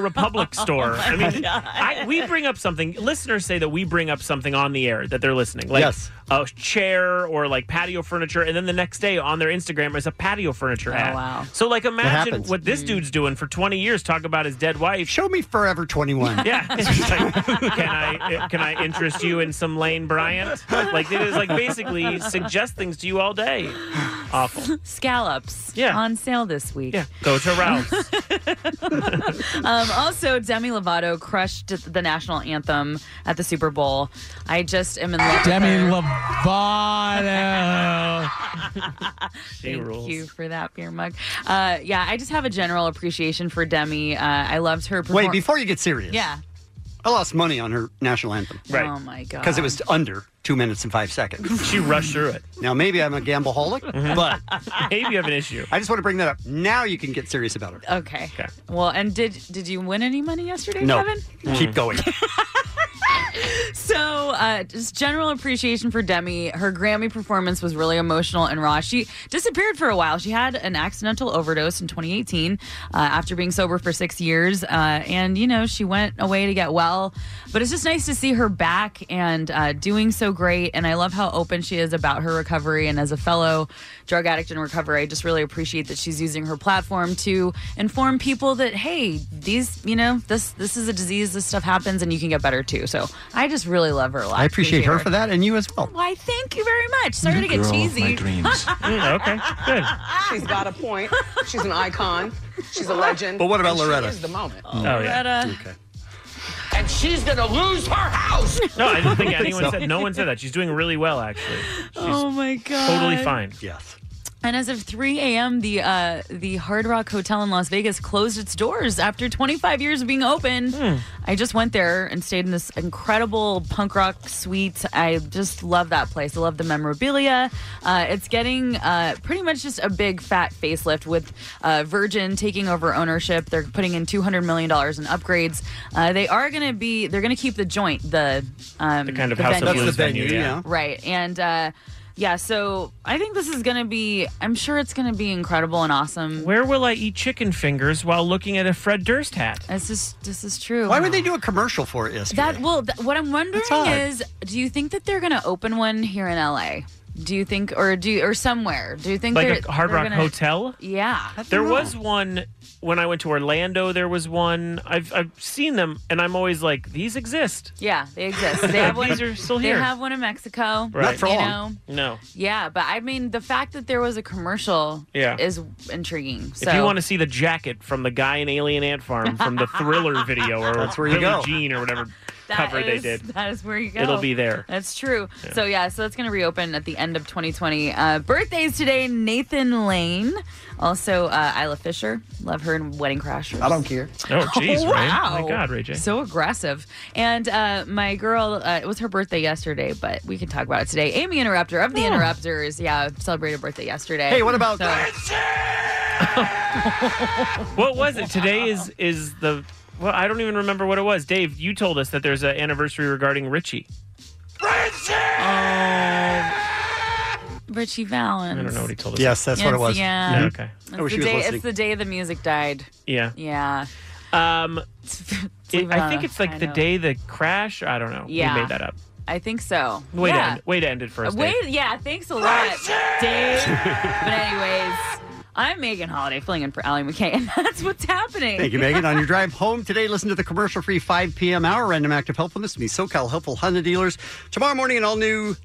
Republic store. I mean, I, we bring up something. Listeners say that we bring up something on the air that they're listening, like Yes. a chair or like patio furniture, and then the next day on their Instagram is a patio furniture Oh, ad. wow. Mm. So, like, imagine happens. what this dude's doing for 20 years, talking about his dead wife. Show me Forever 21. Yeah, It's like, can I can I interest you in some Lane Bryant? Like it is like basically suggest things to you all day. Awful. Scallops. Yeah. On sale this week. Yeah. Go to Ralph's. Um, also, Demi Lovato crushed the national anthem at the Super Bowl. I just am in love. Demi with her. Lovato. She Thank rules. you for that beer mug. Uh, yeah, I just have a general appreciation for Demi. Uh, I loved her. Perform- Wait, before you get serious, Yeah. I lost money on her national anthem. Oh my god. Because it was under two minutes and five seconds. She rushed through it. Now, maybe I'm a gambleholic, Mm-hmm. but maybe you have an issue. I just want to bring that up. Now you can get serious about her. Okay. Well, and did did you win any money yesterday, No. Kevin? Keep going. So, uh, just general appreciation for Demi. Her Grammy performance was really emotional and raw. She disappeared for a while. She had an accidental overdose in 2018 uh, after being sober for six years. Uh, and, you know, she went away to get well. But it's just nice to see her back and uh, doing so great. And I love how open she is about her recovery. And as a fellow drug addict in recovery, I just really appreciate that she's using her platform to inform people that, hey, these, you know, this this is a disease, this stuff happens, and you can get better too. So I just really love her a lot. I appreciate her for that and you as well. Why, thank you very much. Sorry You to get girl of cheesy. my dreams. Mm, okay, good. She's got a point. She's an icon. She's a legend. But what about And she Loretta? is the moment. Oh, yeah. Loretta. Okay. And she's gonna lose her house. No, I don't think I don't think anyone so. said no one said that. She's doing really well actually. She's Oh my god. totally fine. Yes. And as of 3 a.m., the uh, the Hard Rock Hotel in Las Vegas closed its doors after 25 years of being open. Hmm. I just went there and stayed in this incredible punk rock suite. I just love that place. I love the memorabilia. Uh, it's getting uh, pretty much just a big fat facelift with uh, Virgin taking over ownership. They're putting in 200 million dollars in upgrades. Uh, they are going to be. They're going to keep the joint. The um, The kind of House of venue. Blues That's the venue, venue, yeah. yeah. Right. And uh, yeah, so I think this is going to be, I'm sure it's going to be incredible and awesome. Where will I eat chicken fingers while looking at a Fred Durst hat? This is, this is true. Why would they do a commercial for it? yesterday? That, well, th- what I'm wondering That's odd. is do you think that they're going to open one here in LA? Do you think, or do you, or somewhere? Do you think they're, Like a Hard they're Rock gonna- Hotel? Yeah, There was one when I went to Orlando. There was one. I've I've seen them, and I'm always like, these exist. Yeah, they exist. They have one. These are still they here. have one in Mexico. you know? No. Yeah, but I mean, the fact that there was a commercial Yeah. is intriguing. So If you want to see the jacket from the guy in Alien Ant Farm from the Thriller video, or That's where you Billie go. Jean, or whatever That cover they is- did, That is where you go. It'll be there. That's true. Yeah. So yeah, so that's going to reopen at the end of 2020. Uh, birthdays today: Nathan Lane, also uh, Isla Fisher. Love her in Wedding Crashers. I don't care. Oh, jeez, Ray. wow! My God, Ray J. So aggressive. And uh, my girl, uh, it was her birthday yesterday, but we can talk about it today. Amy Interrupter of the Oh. Interrupters, yeah, celebrated birthday yesterday. Hey, what about- what was it? Today is is the. Well, I don't even remember what it was. Dave, you told us that there's an anniversary regarding Richie. Um, Richie Valens? I don't know what he told us. Yes, that's what it It's- was. Yeah. Yeah, okay. It's, the day, it's the day the music died. Yeah. Yeah. Um, It- leave it I on think a it's like high the note. day the crash. I don't know. Yeah. We made that up. I think so. Way to yeah. end, way to end it for us. Wait, Dave. yeah, thanks a lot, Dave. but anyways, I'm Megan Holiday, filling in for Allie McKay, and that's what's happening. Thank you, Megan. On your drive home today, listen to the commercial free 5 p.m. hour random act of helpfulness. Me, SoCal helpful Honda dealers. Tomorrow morning, an all new.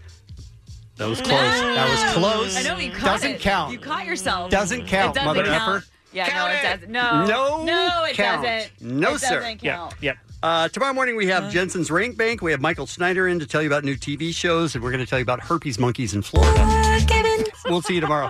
That was close. That was close. I know you caught Doesn't it. count. You caught yourself. Doesn't count, It doesn't mother count. effer. Yeah, no, it doesn't. No, no, no, it count. doesn't. No, it sir. Doesn't count. Yep. Uh, tomorrow morning we have Jensen's Rank Bank. We have Michael Schneider in to tell you about new TV shows, and we're going to tell you about herpes monkeys in Florida. Kevin. We'll see you tomorrow.